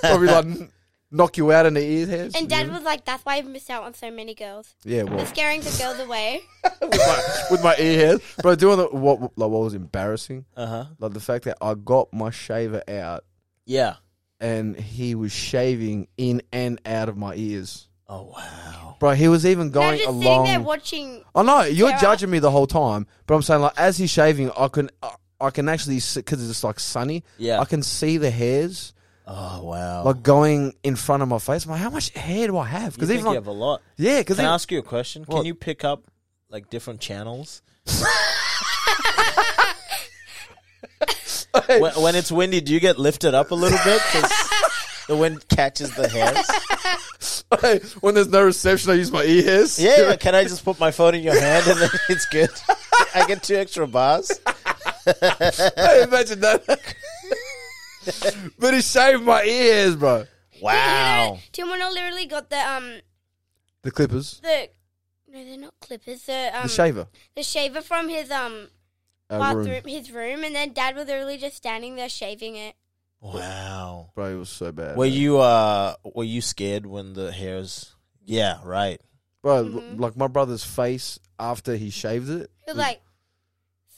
[SPEAKER 2] Probably like kn- knock you out in the ear hairs.
[SPEAKER 3] and dad was like, "That's why I've missed out on so many girls.
[SPEAKER 2] yeah,
[SPEAKER 3] They're
[SPEAKER 2] well,
[SPEAKER 3] scaring the girls away."
[SPEAKER 2] with my, with my ear hairs. But doing the, what like what was embarrassing,
[SPEAKER 1] Uh huh.
[SPEAKER 2] like the fact that I got my shaver out
[SPEAKER 1] Yeah.
[SPEAKER 2] and he was shaving in and out of my ears,
[SPEAKER 1] Oh wow.
[SPEAKER 2] bro. He was even
[SPEAKER 3] Now
[SPEAKER 2] going
[SPEAKER 3] just sitting
[SPEAKER 2] along.
[SPEAKER 3] there watching.
[SPEAKER 2] I know you're
[SPEAKER 3] Yeah.
[SPEAKER 2] judging me the whole time, but I'm saying like as he's shaving, I can I, I can actually because it's like sunny.
[SPEAKER 1] Yeah.
[SPEAKER 2] I can see the hairs
[SPEAKER 1] Oh wow.
[SPEAKER 2] like going in front of my face. I'm like, how much hair do I have?
[SPEAKER 1] you
[SPEAKER 2] Because
[SPEAKER 1] think
[SPEAKER 2] even
[SPEAKER 1] you
[SPEAKER 2] like,
[SPEAKER 1] have a lot.
[SPEAKER 2] yeah, because
[SPEAKER 1] Can I ask you a question? Can
[SPEAKER 2] What?
[SPEAKER 1] you pick up like different channels? when, when it's windy, do you get lifted up a little bit because the wind catches the hairs?
[SPEAKER 2] when there's no reception, I use my ear hairs.
[SPEAKER 1] Yeah, yeah, can I just put my phone in your hand and then it's good? I get two extra bars.
[SPEAKER 2] Hey, imagine that. but he shaved my ears, bro.
[SPEAKER 1] Wow.
[SPEAKER 3] Timona literally got the um
[SPEAKER 2] The clippers,
[SPEAKER 3] the no, they're not clippers. The um
[SPEAKER 2] the shaver,
[SPEAKER 3] the shaver from his um
[SPEAKER 2] uh,
[SPEAKER 3] bathroom,
[SPEAKER 2] room.
[SPEAKER 3] his room, and then Dad was literally just standing there shaving it.
[SPEAKER 1] Wow.
[SPEAKER 2] Bro, it was so bad.
[SPEAKER 1] Were
[SPEAKER 2] bro.
[SPEAKER 1] you uh were you scared when the hairs Yeah, right.
[SPEAKER 2] bro? l- Like my brother's face after he shaved it.
[SPEAKER 3] He was
[SPEAKER 1] Mm.
[SPEAKER 3] Mm-hmm. like,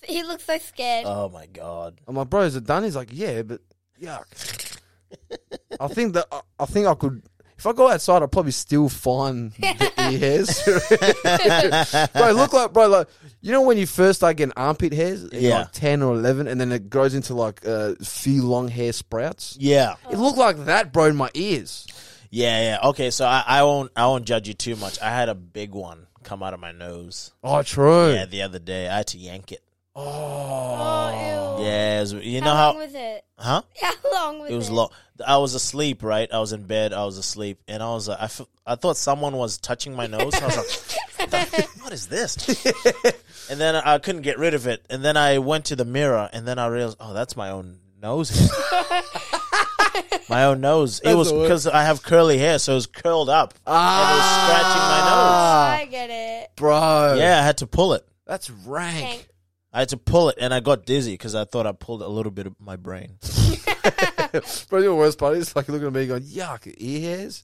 [SPEAKER 3] he looked so scared.
[SPEAKER 1] Oh my god.
[SPEAKER 2] I'm like, bro, is it done? He's like, yeah, but yuck. I think that I, I think I could. If I go outside, I'll probably still find the ear hairs. bro, it look like bro, like you know when you first start getting armpit hairs, and you're
[SPEAKER 1] Yeah.
[SPEAKER 2] like ten or eleven, and then it grows into like a few long hair sprouts.
[SPEAKER 1] Yeah.
[SPEAKER 2] It looked like that, bro, in my ears.
[SPEAKER 1] Yeah, yeah. Okay, so I, I won't I won't judge you too much. I had a big one come out of my nose.
[SPEAKER 2] Oh, true.
[SPEAKER 1] Yeah, the other day. I had to yank it.
[SPEAKER 3] oh, ew.
[SPEAKER 1] Yeah, it was- you
[SPEAKER 3] How
[SPEAKER 1] know
[SPEAKER 3] long
[SPEAKER 1] how
[SPEAKER 3] was it?
[SPEAKER 1] Huh?
[SPEAKER 3] How long was it?
[SPEAKER 1] It was long. I was asleep, right? I was in bed. I was asleep, and I was like, I, f- I thought someone was touching my nose. I was like, "The- what is this? and then I couldn't get rid of it. And then I went to the mirror, and then I realized, oh, that's my own nose. my own nose. it
[SPEAKER 2] That's
[SPEAKER 1] was
[SPEAKER 2] the worst.
[SPEAKER 1] because I have curly hair, so it was curled up.
[SPEAKER 2] Ah,
[SPEAKER 3] I get it.
[SPEAKER 2] bro.
[SPEAKER 1] Yeah, I had to pull it.
[SPEAKER 2] that's rank.
[SPEAKER 3] Thank-
[SPEAKER 1] I had to pull it, and I got dizzy because I thought I pulled a little bit of my brain.
[SPEAKER 2] Bro, your worst part is like looking at me going, yuck, ear hairs,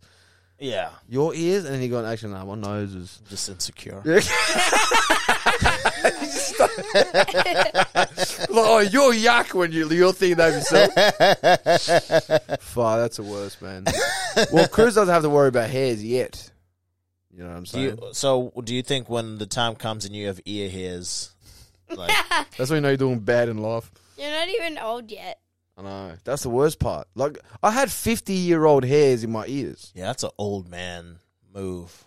[SPEAKER 1] Yeah,
[SPEAKER 2] your ears, and then you go, actually, nah, my nose is.
[SPEAKER 1] just insecure.
[SPEAKER 2] Like, oh, you're yuck when you, you're thinking that of yourself. Fuck, that's the worst, man. well, Cruz doesn't have to worry about hairs yet. You know what I'm
[SPEAKER 1] Do
[SPEAKER 2] saying?
[SPEAKER 1] you, so, do you think when the time comes and you have ear hairs, like
[SPEAKER 2] That's when you know you're doing bad in life.
[SPEAKER 3] You're not even old yet.
[SPEAKER 2] I know. That's the worst part. Like, I had 50 year old hairs in my ears.
[SPEAKER 1] yeah, that's an old man move.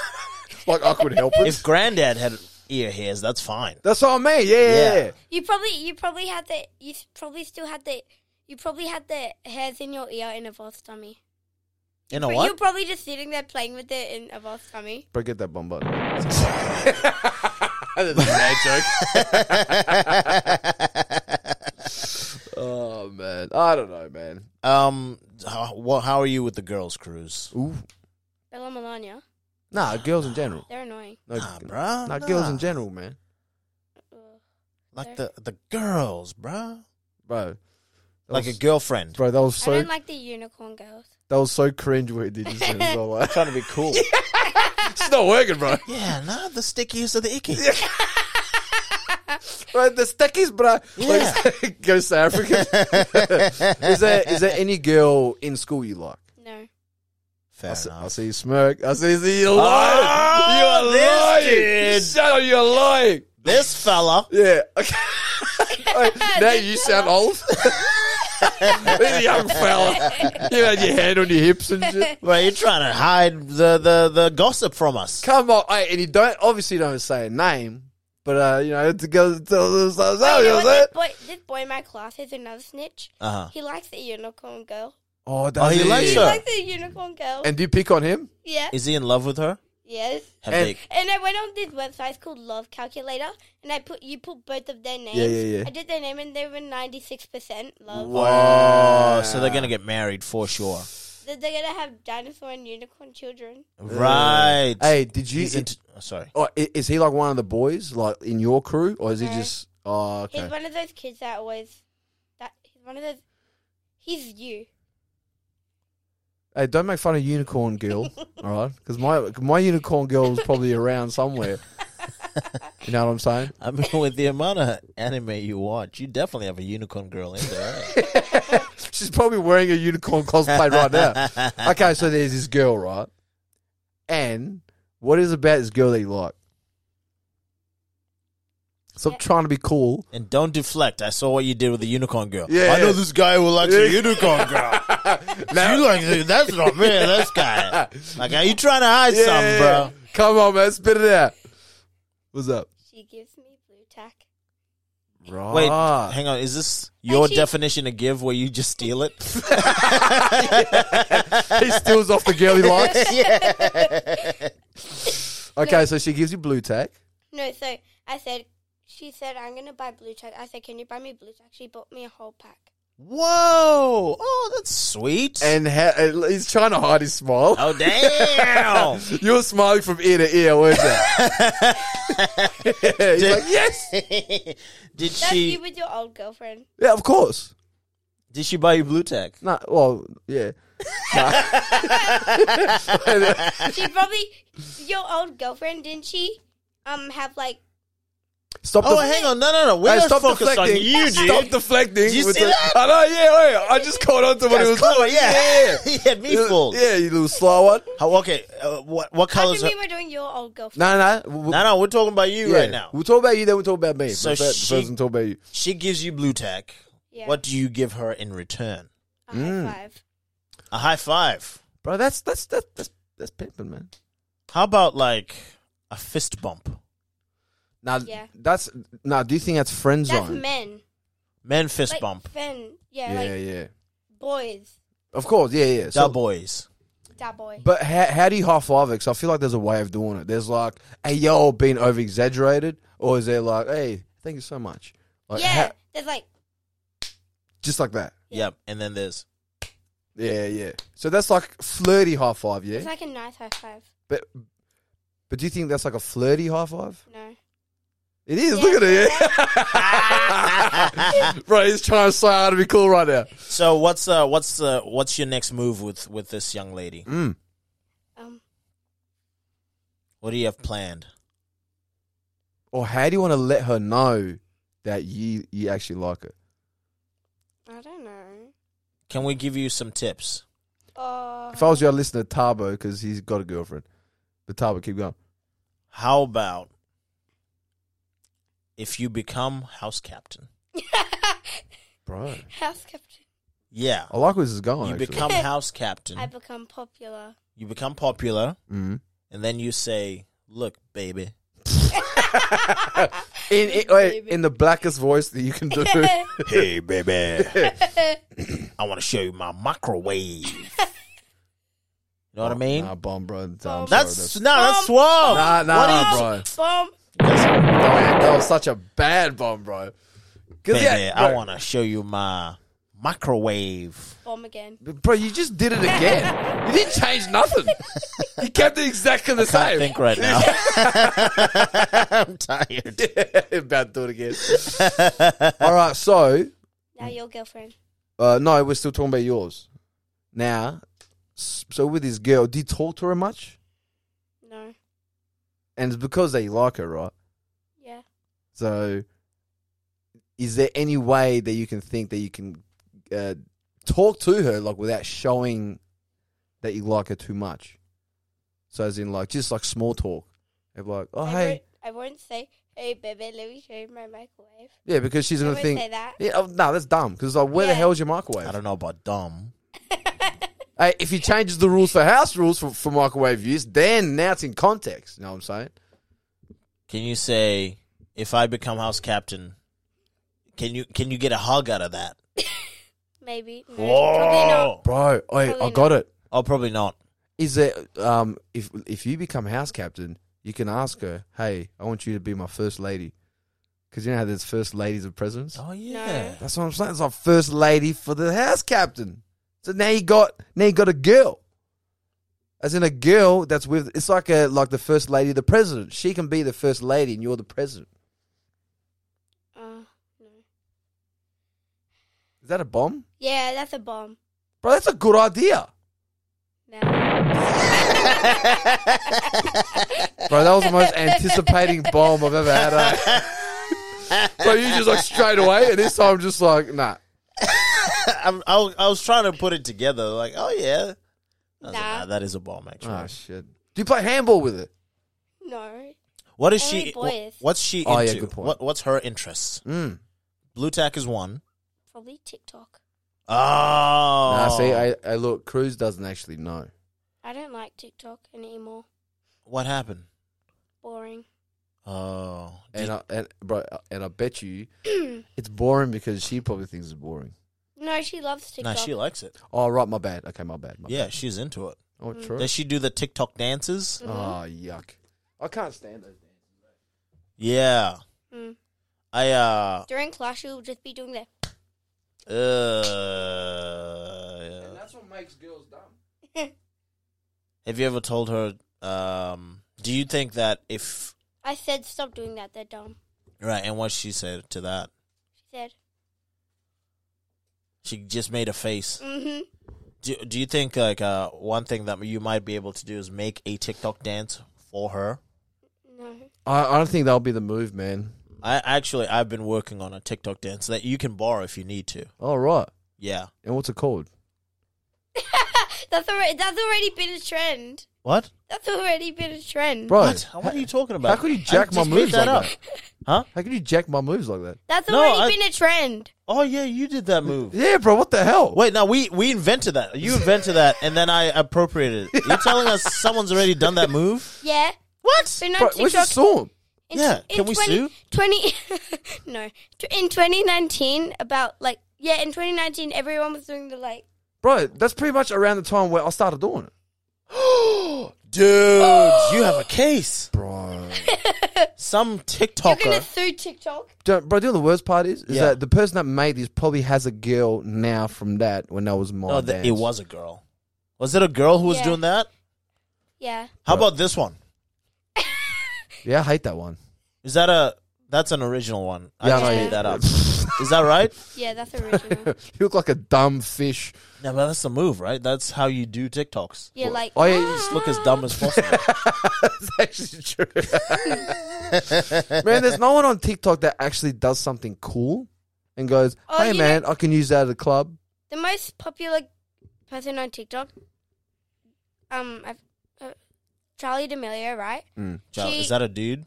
[SPEAKER 2] like, I could help it.
[SPEAKER 1] If granddad had ear hairs, that's fine.
[SPEAKER 2] That's what I mean. Yeah, yeah,
[SPEAKER 1] Yeah.
[SPEAKER 2] yeah.
[SPEAKER 3] You probably, you probably had the, you s- probably still had the, you probably had the hairs in your ear in a boss tummy.
[SPEAKER 1] You know
[SPEAKER 3] But You're
[SPEAKER 1] what?
[SPEAKER 3] probably just sitting there playing with it in a boss tummy.
[SPEAKER 2] Bro, get that bum button. Oh man, I don't know, man.
[SPEAKER 1] um, how, well, how are you with the girls' cruise?
[SPEAKER 2] Ooh,
[SPEAKER 3] Bella Melania,
[SPEAKER 2] nah, girls in general.
[SPEAKER 3] they're annoying.
[SPEAKER 2] No,
[SPEAKER 1] Nah, bruh.
[SPEAKER 2] nah, girls
[SPEAKER 1] nah.
[SPEAKER 2] in general, man.
[SPEAKER 1] Like the the girls, bruh.
[SPEAKER 2] Bro, that
[SPEAKER 1] Like a
[SPEAKER 2] was,
[SPEAKER 1] girlfriend.
[SPEAKER 2] bro, that was
[SPEAKER 3] I
[SPEAKER 2] so
[SPEAKER 3] don't like the unicorn girls.
[SPEAKER 2] that was so cringe what he did just then. as well, like,
[SPEAKER 1] Trying to be cool.
[SPEAKER 2] it's not working, bro.
[SPEAKER 1] yeah, nah, the stickiest of the icky.
[SPEAKER 2] Right, the stickies, bro.
[SPEAKER 1] Yeah.
[SPEAKER 2] Like, go South Africa. is there is there any girl in school you like?
[SPEAKER 3] No.
[SPEAKER 1] Fair
[SPEAKER 2] I see, I
[SPEAKER 1] enough.
[SPEAKER 2] see you smirk. I see, see you lying.
[SPEAKER 1] Oh,
[SPEAKER 2] you
[SPEAKER 1] this
[SPEAKER 2] are lying.
[SPEAKER 1] kid.
[SPEAKER 2] Shut up, you're lying.
[SPEAKER 1] This fella.
[SPEAKER 2] Yeah. Okay. Wait, now you sound old. He's a young fella. You had your hand on your hips and shit.
[SPEAKER 1] Well, you're trying to hide the, the, the gossip from us.
[SPEAKER 2] Come on, hey, and you don't obviously don't say a name, but uh, you know to go tell us you know what I'm saying?
[SPEAKER 3] this, boy, this boy in my class is another snitch.
[SPEAKER 1] Uh-huh.
[SPEAKER 3] He likes the unicorn girl.
[SPEAKER 2] Oh,
[SPEAKER 1] Oh, he
[SPEAKER 2] does
[SPEAKER 1] likes
[SPEAKER 3] He
[SPEAKER 1] Sure. her.
[SPEAKER 3] likes the unicorn girl.
[SPEAKER 2] And do you pick on him?
[SPEAKER 3] yeah.
[SPEAKER 1] Is he in love with her?
[SPEAKER 3] Yes.
[SPEAKER 1] Have
[SPEAKER 2] And-
[SPEAKER 1] they
[SPEAKER 3] And I went on this website it's called Love Calculator, and I put you put both of their names.
[SPEAKER 2] Yeah, yeah, yeah.
[SPEAKER 3] I did their name, and they were ninety six percent love.
[SPEAKER 1] Oh, so they're gonna get married for sure,
[SPEAKER 3] They're they're gonna have dinosaur and unicorn children.
[SPEAKER 1] Uh, right?
[SPEAKER 2] Hey, did you?
[SPEAKER 1] He's into- oh, sorry.
[SPEAKER 2] oh, i- is he like one of the boys, like in your crew, or is he just? Oh,
[SPEAKER 3] He's
[SPEAKER 2] okay.
[SPEAKER 3] one of those kids that always that he's one of those. He's you.
[SPEAKER 2] Hey, don't make fun of unicorn girl, all right? Because my my unicorn girl is probably around somewhere. You know what I'm saying?
[SPEAKER 1] I mean, with the amount of anime you watch, you definitely have a unicorn girl in there. right?
[SPEAKER 2] She's probably wearing a unicorn cosplay right now. Okay, so there's this girl, right? And what is it about this girl that you like? Stop trying to be cool.
[SPEAKER 1] and don't deflect. I saw what you did with the unicorn girl.
[SPEAKER 2] Yeah.
[SPEAKER 1] I know this guy who likes a unicorn girl. you like the- that's not me. This guy. Like, are you trying to hide something, bro?
[SPEAKER 2] Come on, man, spit it out. What's up?
[SPEAKER 3] She gives me blue tack.
[SPEAKER 2] Right.
[SPEAKER 1] Wait, hang on. Is this your
[SPEAKER 3] Actually-
[SPEAKER 1] definition of give where you just steal it?
[SPEAKER 2] he steals off the girl he likes. Okay, so she gives you blue tack.
[SPEAKER 3] No, so I said, she said, I'm going to buy blue tack. I said, can you buy me blue tack? She bought me a whole pack.
[SPEAKER 1] Whoa. Oh, that's sweet.
[SPEAKER 2] And ha- and he's trying to hide his smile.
[SPEAKER 1] oh, damn.
[SPEAKER 2] You were smiling from ear to ear, weren't you? He's like, yes.
[SPEAKER 1] did
[SPEAKER 3] That's
[SPEAKER 1] she
[SPEAKER 3] you with your old girlfriend.
[SPEAKER 2] Yeah, of course.
[SPEAKER 1] did she buy you blue tack?
[SPEAKER 2] No, well, yeah.
[SPEAKER 3] She probably, your old girlfriend, didn't she? Um, have like,
[SPEAKER 2] Stop.
[SPEAKER 1] Oh,
[SPEAKER 2] the-
[SPEAKER 1] hang on. No, no, no. We're
[SPEAKER 2] Hey,
[SPEAKER 1] not
[SPEAKER 2] stop
[SPEAKER 1] focused on
[SPEAKER 2] deflecting.
[SPEAKER 1] you, dude.
[SPEAKER 2] Stop deflecting.
[SPEAKER 1] Did you
[SPEAKER 2] with
[SPEAKER 1] see
[SPEAKER 2] the-
[SPEAKER 1] that?
[SPEAKER 2] I know, yeah, yeah. I just caught on to what he was
[SPEAKER 1] Cool,
[SPEAKER 2] doing.
[SPEAKER 1] yeah. he had me fooled.
[SPEAKER 2] Yeah, you little slow one.
[SPEAKER 1] How, okay, uh, what what
[SPEAKER 3] I
[SPEAKER 1] colors?
[SPEAKER 3] think we were doing your old girlfriend.
[SPEAKER 2] No, no. w-
[SPEAKER 1] no, no, we're talking about you
[SPEAKER 2] yeah.
[SPEAKER 1] right now.
[SPEAKER 2] We'll talk about you, then we'll talk about me.
[SPEAKER 1] So
[SPEAKER 2] So but
[SPEAKER 1] she-
[SPEAKER 2] she, first, we'll talk about you.
[SPEAKER 1] She gives you blue tack.
[SPEAKER 3] Yeah.
[SPEAKER 1] What do you give her in return?
[SPEAKER 3] A high five.
[SPEAKER 1] A high five.
[SPEAKER 2] Bro, that's that's that's that's, that's pimping, man.
[SPEAKER 1] How about like a fist bump?
[SPEAKER 2] Now,
[SPEAKER 3] Yeah.
[SPEAKER 2] that's now. Do you think that's friend zone?
[SPEAKER 3] That's men.
[SPEAKER 1] Men fist
[SPEAKER 3] like
[SPEAKER 1] bump.
[SPEAKER 3] Men. Yeah,
[SPEAKER 2] yeah,
[SPEAKER 3] like
[SPEAKER 2] yeah.
[SPEAKER 3] boys.
[SPEAKER 2] Of course, yeah, yeah.
[SPEAKER 1] Da
[SPEAKER 2] So-
[SPEAKER 1] boys.
[SPEAKER 3] That boy.
[SPEAKER 2] But how, how do you half five it? 'Cause I feel like there's a way of doing it. There's like, hey, yo, being over exaggerated, or is there like, hey, thank you so much, like,
[SPEAKER 3] yeah.
[SPEAKER 2] ha-
[SPEAKER 3] there's like,
[SPEAKER 2] just like that.
[SPEAKER 3] Yeah.
[SPEAKER 1] Yep. And then there's
[SPEAKER 2] Yeah, yeah. So that's like flirty high five, yeah.
[SPEAKER 3] it's like a nice high five.
[SPEAKER 2] but but do you think that's like a flirty high five?
[SPEAKER 3] No.
[SPEAKER 2] It is. Look at it, yeah. bro. He's trying so hard to be cool right now.
[SPEAKER 1] so what's uh what's uh what's your next move with with this young lady?
[SPEAKER 2] Mm.
[SPEAKER 3] Um,
[SPEAKER 1] What do you have planned?
[SPEAKER 2] Or how do you want to let her know that you you actually like her?
[SPEAKER 3] I don't know.
[SPEAKER 1] Can we give you some tips?
[SPEAKER 3] Uh,
[SPEAKER 2] If I was you, I'd listen to Tabo because he's got a girlfriend. But Tabo, keep going.
[SPEAKER 1] How about if you become house captain?
[SPEAKER 2] Bro,
[SPEAKER 3] house captain.
[SPEAKER 1] Yeah.
[SPEAKER 2] I like where this is going.
[SPEAKER 1] You
[SPEAKER 2] Oh, actually.
[SPEAKER 1] become house captain.
[SPEAKER 3] I become popular.
[SPEAKER 1] you become popular,
[SPEAKER 2] Mhm.
[SPEAKER 1] and then you say, "Look, baby,
[SPEAKER 2] in in, wait, in the blackest voice that you can do.
[SPEAKER 1] hey, baby, I want to show you my microwave." You know what I mean?
[SPEAKER 2] Nah, bomb, bro. Nah, I'm sorry,
[SPEAKER 1] that's, no, that's
[SPEAKER 3] Um,
[SPEAKER 1] suave.
[SPEAKER 2] Nah, nah,
[SPEAKER 1] What is-
[SPEAKER 2] Ah, bro.
[SPEAKER 3] Bomb.
[SPEAKER 2] That that was such a bad bomb, bro. 'Cause,
[SPEAKER 1] Baby,
[SPEAKER 2] yeah,
[SPEAKER 1] I
[SPEAKER 2] bro-
[SPEAKER 1] want to show you my microwave.
[SPEAKER 3] Bomb again.
[SPEAKER 2] Bro, you just did it again. you didn't change nothing. You kept it exactly the
[SPEAKER 1] Can't
[SPEAKER 2] same.
[SPEAKER 1] think right now. I'm tired.
[SPEAKER 2] About to do it again. All right, so
[SPEAKER 3] Now your girlfriend.
[SPEAKER 2] uh, no, we're still talking about yours. Now, s- so with this girl, do you talk to her much?
[SPEAKER 3] No.
[SPEAKER 2] And it's because they like her, right?
[SPEAKER 3] Yeah.
[SPEAKER 2] So, is there any way that you can think that you can uh, talk to her like without showing that you like her too much? So, as in like just like small talk, and be like, oh
[SPEAKER 3] I
[SPEAKER 2] hey,
[SPEAKER 3] Won't, I won't say, hey, baby, let me show you my microwave.
[SPEAKER 2] yeah, because she's
[SPEAKER 3] I
[SPEAKER 2] gonna
[SPEAKER 3] won't
[SPEAKER 2] think,
[SPEAKER 3] say that.
[SPEAKER 2] yeah, oh, no, that's dumb. Because like, where the
[SPEAKER 3] Yeah.
[SPEAKER 2] hell's your
[SPEAKER 1] I
[SPEAKER 2] microwave?
[SPEAKER 1] don't know about dumb.
[SPEAKER 2] Hey, if he changes the rules for house rules for, for microwave use, then now it's in context. You know what I'm saying?
[SPEAKER 1] Can you say if I become house captain? Can you can you get a hug out of that?
[SPEAKER 3] Maybe. No, probably not.
[SPEAKER 2] Bro, I, I
[SPEAKER 3] Probably
[SPEAKER 2] got it.
[SPEAKER 1] Oh, probably not.
[SPEAKER 2] Is there um if if you become house captain, you can ask her, "Hey, I want you to be my first lady," because you know how there's first ladies of presidents.
[SPEAKER 1] Oh yeah.
[SPEAKER 2] That's what I'm saying. It's like first lady for the house captain. So now you got now you got a girl, as in a girl that's with. It's like a like the first lady, of the president. She can be the first lady, and you're the president.
[SPEAKER 3] Uh, no.
[SPEAKER 2] Is that a bomb,
[SPEAKER 3] Yeah, that's a bomb.
[SPEAKER 2] bro? That's a good idea,
[SPEAKER 3] No.
[SPEAKER 2] bro. That was the most anticipating bomb I've ever had. eh? bro, you just like straight away, and this time I'm just like, nah.
[SPEAKER 1] I'm, I, was- I was trying to put it together. Like, oh yeah. I was like,
[SPEAKER 3] Nah.
[SPEAKER 1] nah, that is a bomb. Actually,
[SPEAKER 2] Oh shit! Do you play handball with it?
[SPEAKER 3] No.
[SPEAKER 1] what is
[SPEAKER 3] Only
[SPEAKER 1] she?
[SPEAKER 3] boys.
[SPEAKER 1] wh- What's she into?
[SPEAKER 2] Oh, yeah, good point.
[SPEAKER 1] What, what's her interests?
[SPEAKER 2] Mm.
[SPEAKER 1] Blue tack is one.
[SPEAKER 3] Probably TikTok.
[SPEAKER 1] Oh,
[SPEAKER 2] Nah, see, I, I look. Cruz doesn't actually know.
[SPEAKER 3] I don't like TikTok anymore.
[SPEAKER 1] what happened?
[SPEAKER 3] Boring.
[SPEAKER 1] Oh,
[SPEAKER 2] And I, and bro, and I bet you it's boring because she probably thinks it's boring.
[SPEAKER 3] No, she loves
[SPEAKER 1] no,
[SPEAKER 3] TikTok.
[SPEAKER 1] she likes it.
[SPEAKER 2] Oh right, my bad. Okay, my bad. My
[SPEAKER 1] Yeah, she's into it.
[SPEAKER 2] Bad. Oh true.
[SPEAKER 1] Does she do the TikTok dances?
[SPEAKER 2] Oh yuck. I can't stand those. Days.
[SPEAKER 1] Yeah.
[SPEAKER 3] Mm.
[SPEAKER 1] I uh
[SPEAKER 3] During class, she'll just be doing that.
[SPEAKER 1] uh
[SPEAKER 2] that's what makes girls dumb.
[SPEAKER 1] have you ever told her um do you think that if
[SPEAKER 3] I said, stop doing that. They're dumb.
[SPEAKER 1] right and what she said to that?
[SPEAKER 3] She said,
[SPEAKER 1] She just made a face.
[SPEAKER 3] mm-hmm.
[SPEAKER 1] Do, do you think like uh one thing that you might be able to do is make a TikTok dance for her?
[SPEAKER 3] No.
[SPEAKER 2] I, I don't think that'll be the move, man.
[SPEAKER 1] I actually I've been working on a TikTok dance that you can borrow if you need to.
[SPEAKER 2] All Oh, right.
[SPEAKER 1] Yeah.
[SPEAKER 2] And what's it called?
[SPEAKER 3] That's already, that's already been a trend.
[SPEAKER 1] What?
[SPEAKER 3] That's already been a trend.
[SPEAKER 2] Bro,
[SPEAKER 1] What? What are you talking about?
[SPEAKER 2] could you
[SPEAKER 1] I
[SPEAKER 2] jack my
[SPEAKER 1] just made
[SPEAKER 2] moves
[SPEAKER 1] that up.
[SPEAKER 2] like
[SPEAKER 1] Huh?
[SPEAKER 2] how can you jack my moves like that?
[SPEAKER 3] That's
[SPEAKER 1] No,
[SPEAKER 3] already
[SPEAKER 1] I-
[SPEAKER 3] been a trend.
[SPEAKER 1] Oh yeah, you did that move.
[SPEAKER 2] Yeah, bro. What the hell?
[SPEAKER 1] Wait, no, we we invented that. You invented that, and then I appropriated it. You're telling us someone's already done that move?
[SPEAKER 3] Yeah.
[SPEAKER 1] What?
[SPEAKER 3] But no
[SPEAKER 2] Bro, where's the
[SPEAKER 3] TikTok.
[SPEAKER 2] storm?
[SPEAKER 3] in-
[SPEAKER 1] Yeah,
[SPEAKER 3] in
[SPEAKER 1] can we
[SPEAKER 3] 20
[SPEAKER 1] sue?
[SPEAKER 3] 20 no. T- In 2019, about like, yeah, in 2019, everyone was doing the like,
[SPEAKER 2] Bro, that's pretty much around the time where I started doing it.
[SPEAKER 1] Dude, you have a case.
[SPEAKER 2] Bro.
[SPEAKER 1] Some
[SPEAKER 3] you're going
[SPEAKER 1] TikToker.
[SPEAKER 3] to sue TikTok.
[SPEAKER 2] Don't, bro, do you know the worst part is? Is
[SPEAKER 1] Yeah.
[SPEAKER 2] that the person that made this probably has a girl now from that when that was my
[SPEAKER 1] No, th-
[SPEAKER 2] dance.
[SPEAKER 1] Oh, it was a girl. Was it a girl who was
[SPEAKER 3] Yeah.
[SPEAKER 1] doing that?
[SPEAKER 3] Yeah.
[SPEAKER 1] How about this one?
[SPEAKER 2] Yeah, I hate that one.
[SPEAKER 1] Is that a? That's an original one. I
[SPEAKER 2] yeah,
[SPEAKER 1] just
[SPEAKER 2] I know.
[SPEAKER 1] made that up. Is that right?
[SPEAKER 3] Yeah, that's original.
[SPEAKER 2] you look like a dumb fish.
[SPEAKER 1] No, but that's the move, right? That's how you do TikToks.
[SPEAKER 3] yeah, like, ah.
[SPEAKER 2] Oh, yeah, you
[SPEAKER 1] Just look as dumb as possible.
[SPEAKER 2] That's actually true. man, there's no one on TikTok that actually does something cool and goes,
[SPEAKER 3] Oh,
[SPEAKER 2] hey,
[SPEAKER 3] you
[SPEAKER 2] man, I can use that at a club.
[SPEAKER 3] the most popular person on TikTok, um, I've, uh, Charlie D'Amelio, right?
[SPEAKER 1] Mm. Child,
[SPEAKER 3] She-
[SPEAKER 1] is that a dude? Is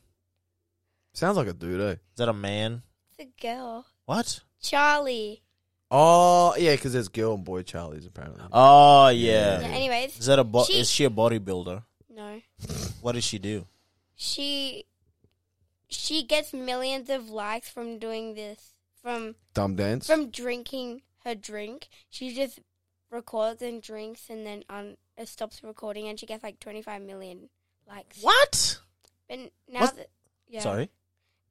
[SPEAKER 2] Sounds like a dude, eh?
[SPEAKER 1] that a man?
[SPEAKER 3] The girl.
[SPEAKER 1] What?
[SPEAKER 3] Charlie.
[SPEAKER 2] Oh, yeah, because there's girl and boy Charlies, apparently.
[SPEAKER 1] Oh yeah.
[SPEAKER 3] Yeah, anyways,
[SPEAKER 1] Is that a bo-
[SPEAKER 3] She-
[SPEAKER 1] is she a bodybuilder?
[SPEAKER 3] no.
[SPEAKER 1] What does she do?
[SPEAKER 3] She she gets millions of likes from doing this from
[SPEAKER 2] Dumb dance.
[SPEAKER 3] from drinking her drink. She just records and drinks and then on it stops recording and she gets like 25 million likes.
[SPEAKER 1] What?
[SPEAKER 3] And now
[SPEAKER 1] What's-
[SPEAKER 3] that yeah.
[SPEAKER 1] Sorry.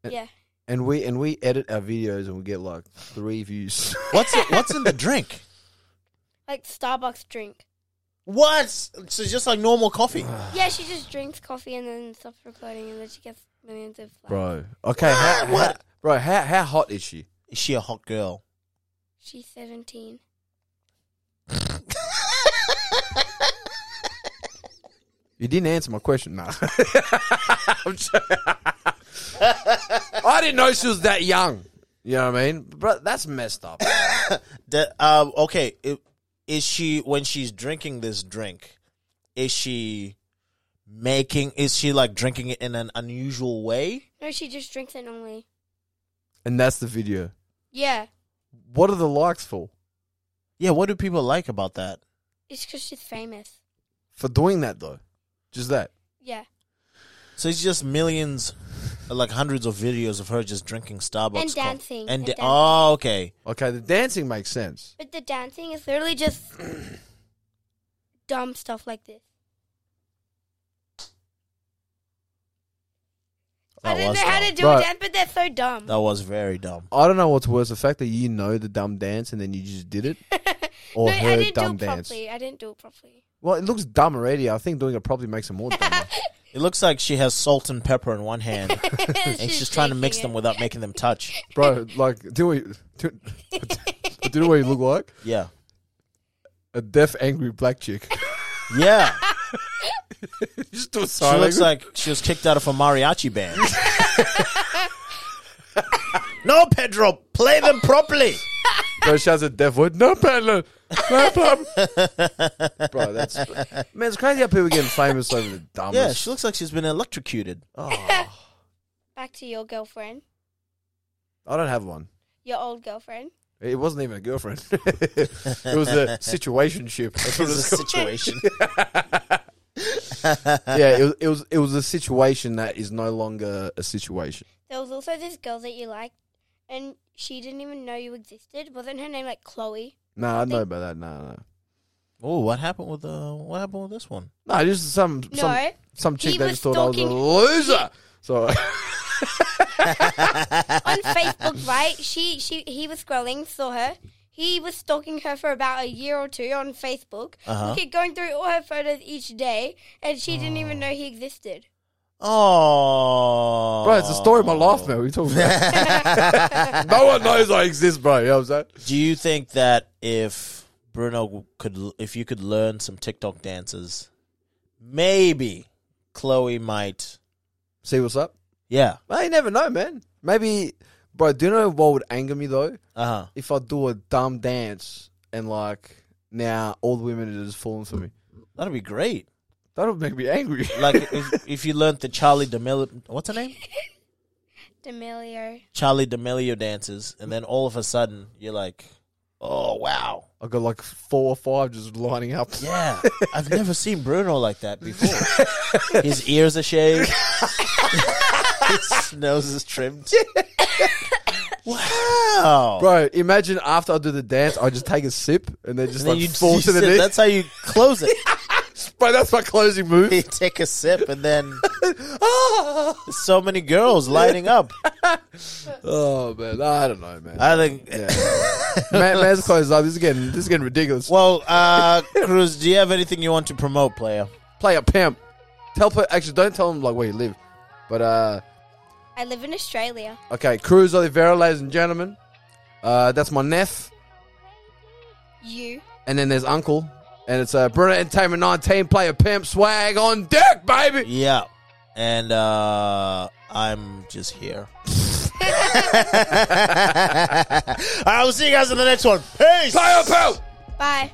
[SPEAKER 3] Yeah.
[SPEAKER 2] And we and we edit our videos and we get like three views.
[SPEAKER 1] What's it, what's in the drink?
[SPEAKER 3] Like Starbucks drink.
[SPEAKER 1] What? So it's just like normal coffee.
[SPEAKER 3] Yeah, she just drinks coffee and then stops recording and then she gets millions of likes.
[SPEAKER 2] bro.
[SPEAKER 3] Ah,
[SPEAKER 2] Okay, how,
[SPEAKER 1] What?
[SPEAKER 2] how- bro, how, how hot is she?
[SPEAKER 1] Is she a hot girl?
[SPEAKER 3] She's 17.
[SPEAKER 2] You didn't answer my question. Nah. I'm joking. I didn't know she was that young. You know what I mean? Bro, that's messed up.
[SPEAKER 1] That um okay, it- is she when she's drinking this drink, is she making is she like drinking it in an unusual way?
[SPEAKER 3] No, she just drinks it normally.
[SPEAKER 2] and that's the video.
[SPEAKER 3] Yeah.
[SPEAKER 2] What are the likes for?
[SPEAKER 1] Yeah, what do people like about that?
[SPEAKER 3] It's because she's famous.
[SPEAKER 2] For doing that though. Just that.
[SPEAKER 3] Yeah.
[SPEAKER 1] So it's just millions like hundreds of videos of her just drinking Starbucks
[SPEAKER 3] And
[SPEAKER 1] co-
[SPEAKER 3] dancing,
[SPEAKER 1] and,
[SPEAKER 3] and
[SPEAKER 1] da-
[SPEAKER 3] dancing.
[SPEAKER 1] oh okay.
[SPEAKER 2] Okay, the dancing makes sense.
[SPEAKER 3] But the dancing is literally just dumb stuff like this. I
[SPEAKER 1] That
[SPEAKER 3] don't
[SPEAKER 1] was
[SPEAKER 3] know how
[SPEAKER 1] dumb.
[SPEAKER 3] to do
[SPEAKER 2] But-
[SPEAKER 3] a dance, but they're so dumb.
[SPEAKER 1] That was very dumb.
[SPEAKER 2] I don't know what's worse, the fact that you know the dumb dance and then you just did it. Or
[SPEAKER 3] no,
[SPEAKER 2] her
[SPEAKER 3] I didn't
[SPEAKER 2] dumb
[SPEAKER 3] do it
[SPEAKER 2] dance.
[SPEAKER 3] properly. I didn't do it properly.
[SPEAKER 2] Well, it looks dumb already. I think doing it probably makes it more dumb.
[SPEAKER 1] It looks like she has salt and pepper in one hand,
[SPEAKER 3] It's
[SPEAKER 1] and she's
[SPEAKER 3] just
[SPEAKER 1] trying to
[SPEAKER 3] shaking
[SPEAKER 1] mix
[SPEAKER 3] it.
[SPEAKER 1] them without making them touch.
[SPEAKER 2] Bro, like, do what you, do, do what you look like?
[SPEAKER 1] Yeah,
[SPEAKER 2] A deaf, angry black chick.
[SPEAKER 1] yeah.
[SPEAKER 2] Just do a
[SPEAKER 1] She looks like she was kicked out of a mariachi band. no, Pedro, play them properly.
[SPEAKER 2] Bro, she has a deaf word. No problem. No problem. Bro, that's... Man, it's crazy how people getting famous over the dumbest.
[SPEAKER 1] Yeah, she looks like she's been electrocuted.
[SPEAKER 2] Oh,
[SPEAKER 3] Back to your girlfriend,
[SPEAKER 2] I don't have one.
[SPEAKER 3] your old girlfriend.
[SPEAKER 2] It wasn't even a girlfriend. it was a situationship. That's what
[SPEAKER 1] This
[SPEAKER 2] it's
[SPEAKER 1] is a
[SPEAKER 2] called.
[SPEAKER 1] situation.
[SPEAKER 2] yeah, it was, it was it was a situation that is no longer a situation.
[SPEAKER 3] There was also this girl that you liked, and she didn't even know you existed. Wasn't her name like Chloe?
[SPEAKER 2] No, I know about that. No, no,
[SPEAKER 1] Oh, what happened with uh, what happened with this one?
[SPEAKER 2] no. Just some
[SPEAKER 3] No.
[SPEAKER 2] some some chick
[SPEAKER 3] He
[SPEAKER 2] that
[SPEAKER 3] was
[SPEAKER 2] just thought I
[SPEAKER 3] stalking-
[SPEAKER 2] was a loser. So
[SPEAKER 3] on Facebook, right? She she he was scrolling, saw her. He was stalking her for about a year or two on Facebook.
[SPEAKER 1] Uh-huh.
[SPEAKER 3] He kept going through all her photos each day, and she didn't even know he existed.
[SPEAKER 1] Oh,
[SPEAKER 2] Bro, it's the story of my life, man. What are you talking about? no one knows I exist, bro. You know what I'm saying?
[SPEAKER 1] Do you think that if Bruno could, if you could learn some TikTok dances, maybe Chloe might?
[SPEAKER 2] See what's up?
[SPEAKER 1] Yeah.
[SPEAKER 2] Well, you never know, man. Maybe, bro, do you know what would anger me, though?
[SPEAKER 1] Uh huh.
[SPEAKER 2] If I do a dumb dance and, like, now all the women are just falling for me.
[SPEAKER 1] That'd be great.
[SPEAKER 2] That would make me angry.
[SPEAKER 1] Like if if you learned the Charlie D'Amelio, what's her name?
[SPEAKER 3] D'Amelio.
[SPEAKER 1] Charlie D'Amelio dances, and then all of a sudden you're like, oh wow,
[SPEAKER 2] I got, like, four or five just lining up.
[SPEAKER 1] yeah, I've never seen Bruno like that before. His ears are shaved, his nose is trimmed. wow,
[SPEAKER 2] Bro, imagine after I do the dance, I just take a sip and then just,
[SPEAKER 1] And then
[SPEAKER 2] like,
[SPEAKER 1] you,
[SPEAKER 2] fall
[SPEAKER 1] you
[SPEAKER 2] to the
[SPEAKER 1] sit-
[SPEAKER 2] next.
[SPEAKER 1] That's how you close it.
[SPEAKER 2] Bro, that's my closing move.
[SPEAKER 1] you take a sip, and then
[SPEAKER 2] Ah!
[SPEAKER 1] so many girls lining up.
[SPEAKER 2] oh, man. I don't know, man.
[SPEAKER 1] I think.
[SPEAKER 2] Man, man's closed up. This is getting this is getting ridiculous.
[SPEAKER 1] Well, uh, Cruz, do you have anything you want to promote, player?
[SPEAKER 2] Play a pimp. Tell play, actually don't tell him like where you live, but uh,
[SPEAKER 3] I live in Australia.
[SPEAKER 2] okay, Cruz Oliveira, ladies and gentlemen. Uh, that's my neph,
[SPEAKER 3] You.
[SPEAKER 2] and then there's uncle, and it's uh, Bruno Entertainment 19. Play a pimp swag on deck, baby.
[SPEAKER 1] Yeah, and uh, I'm just here. All right, we'll see you guys in the next one. Peace.
[SPEAKER 2] Play a pimp.
[SPEAKER 3] Bye.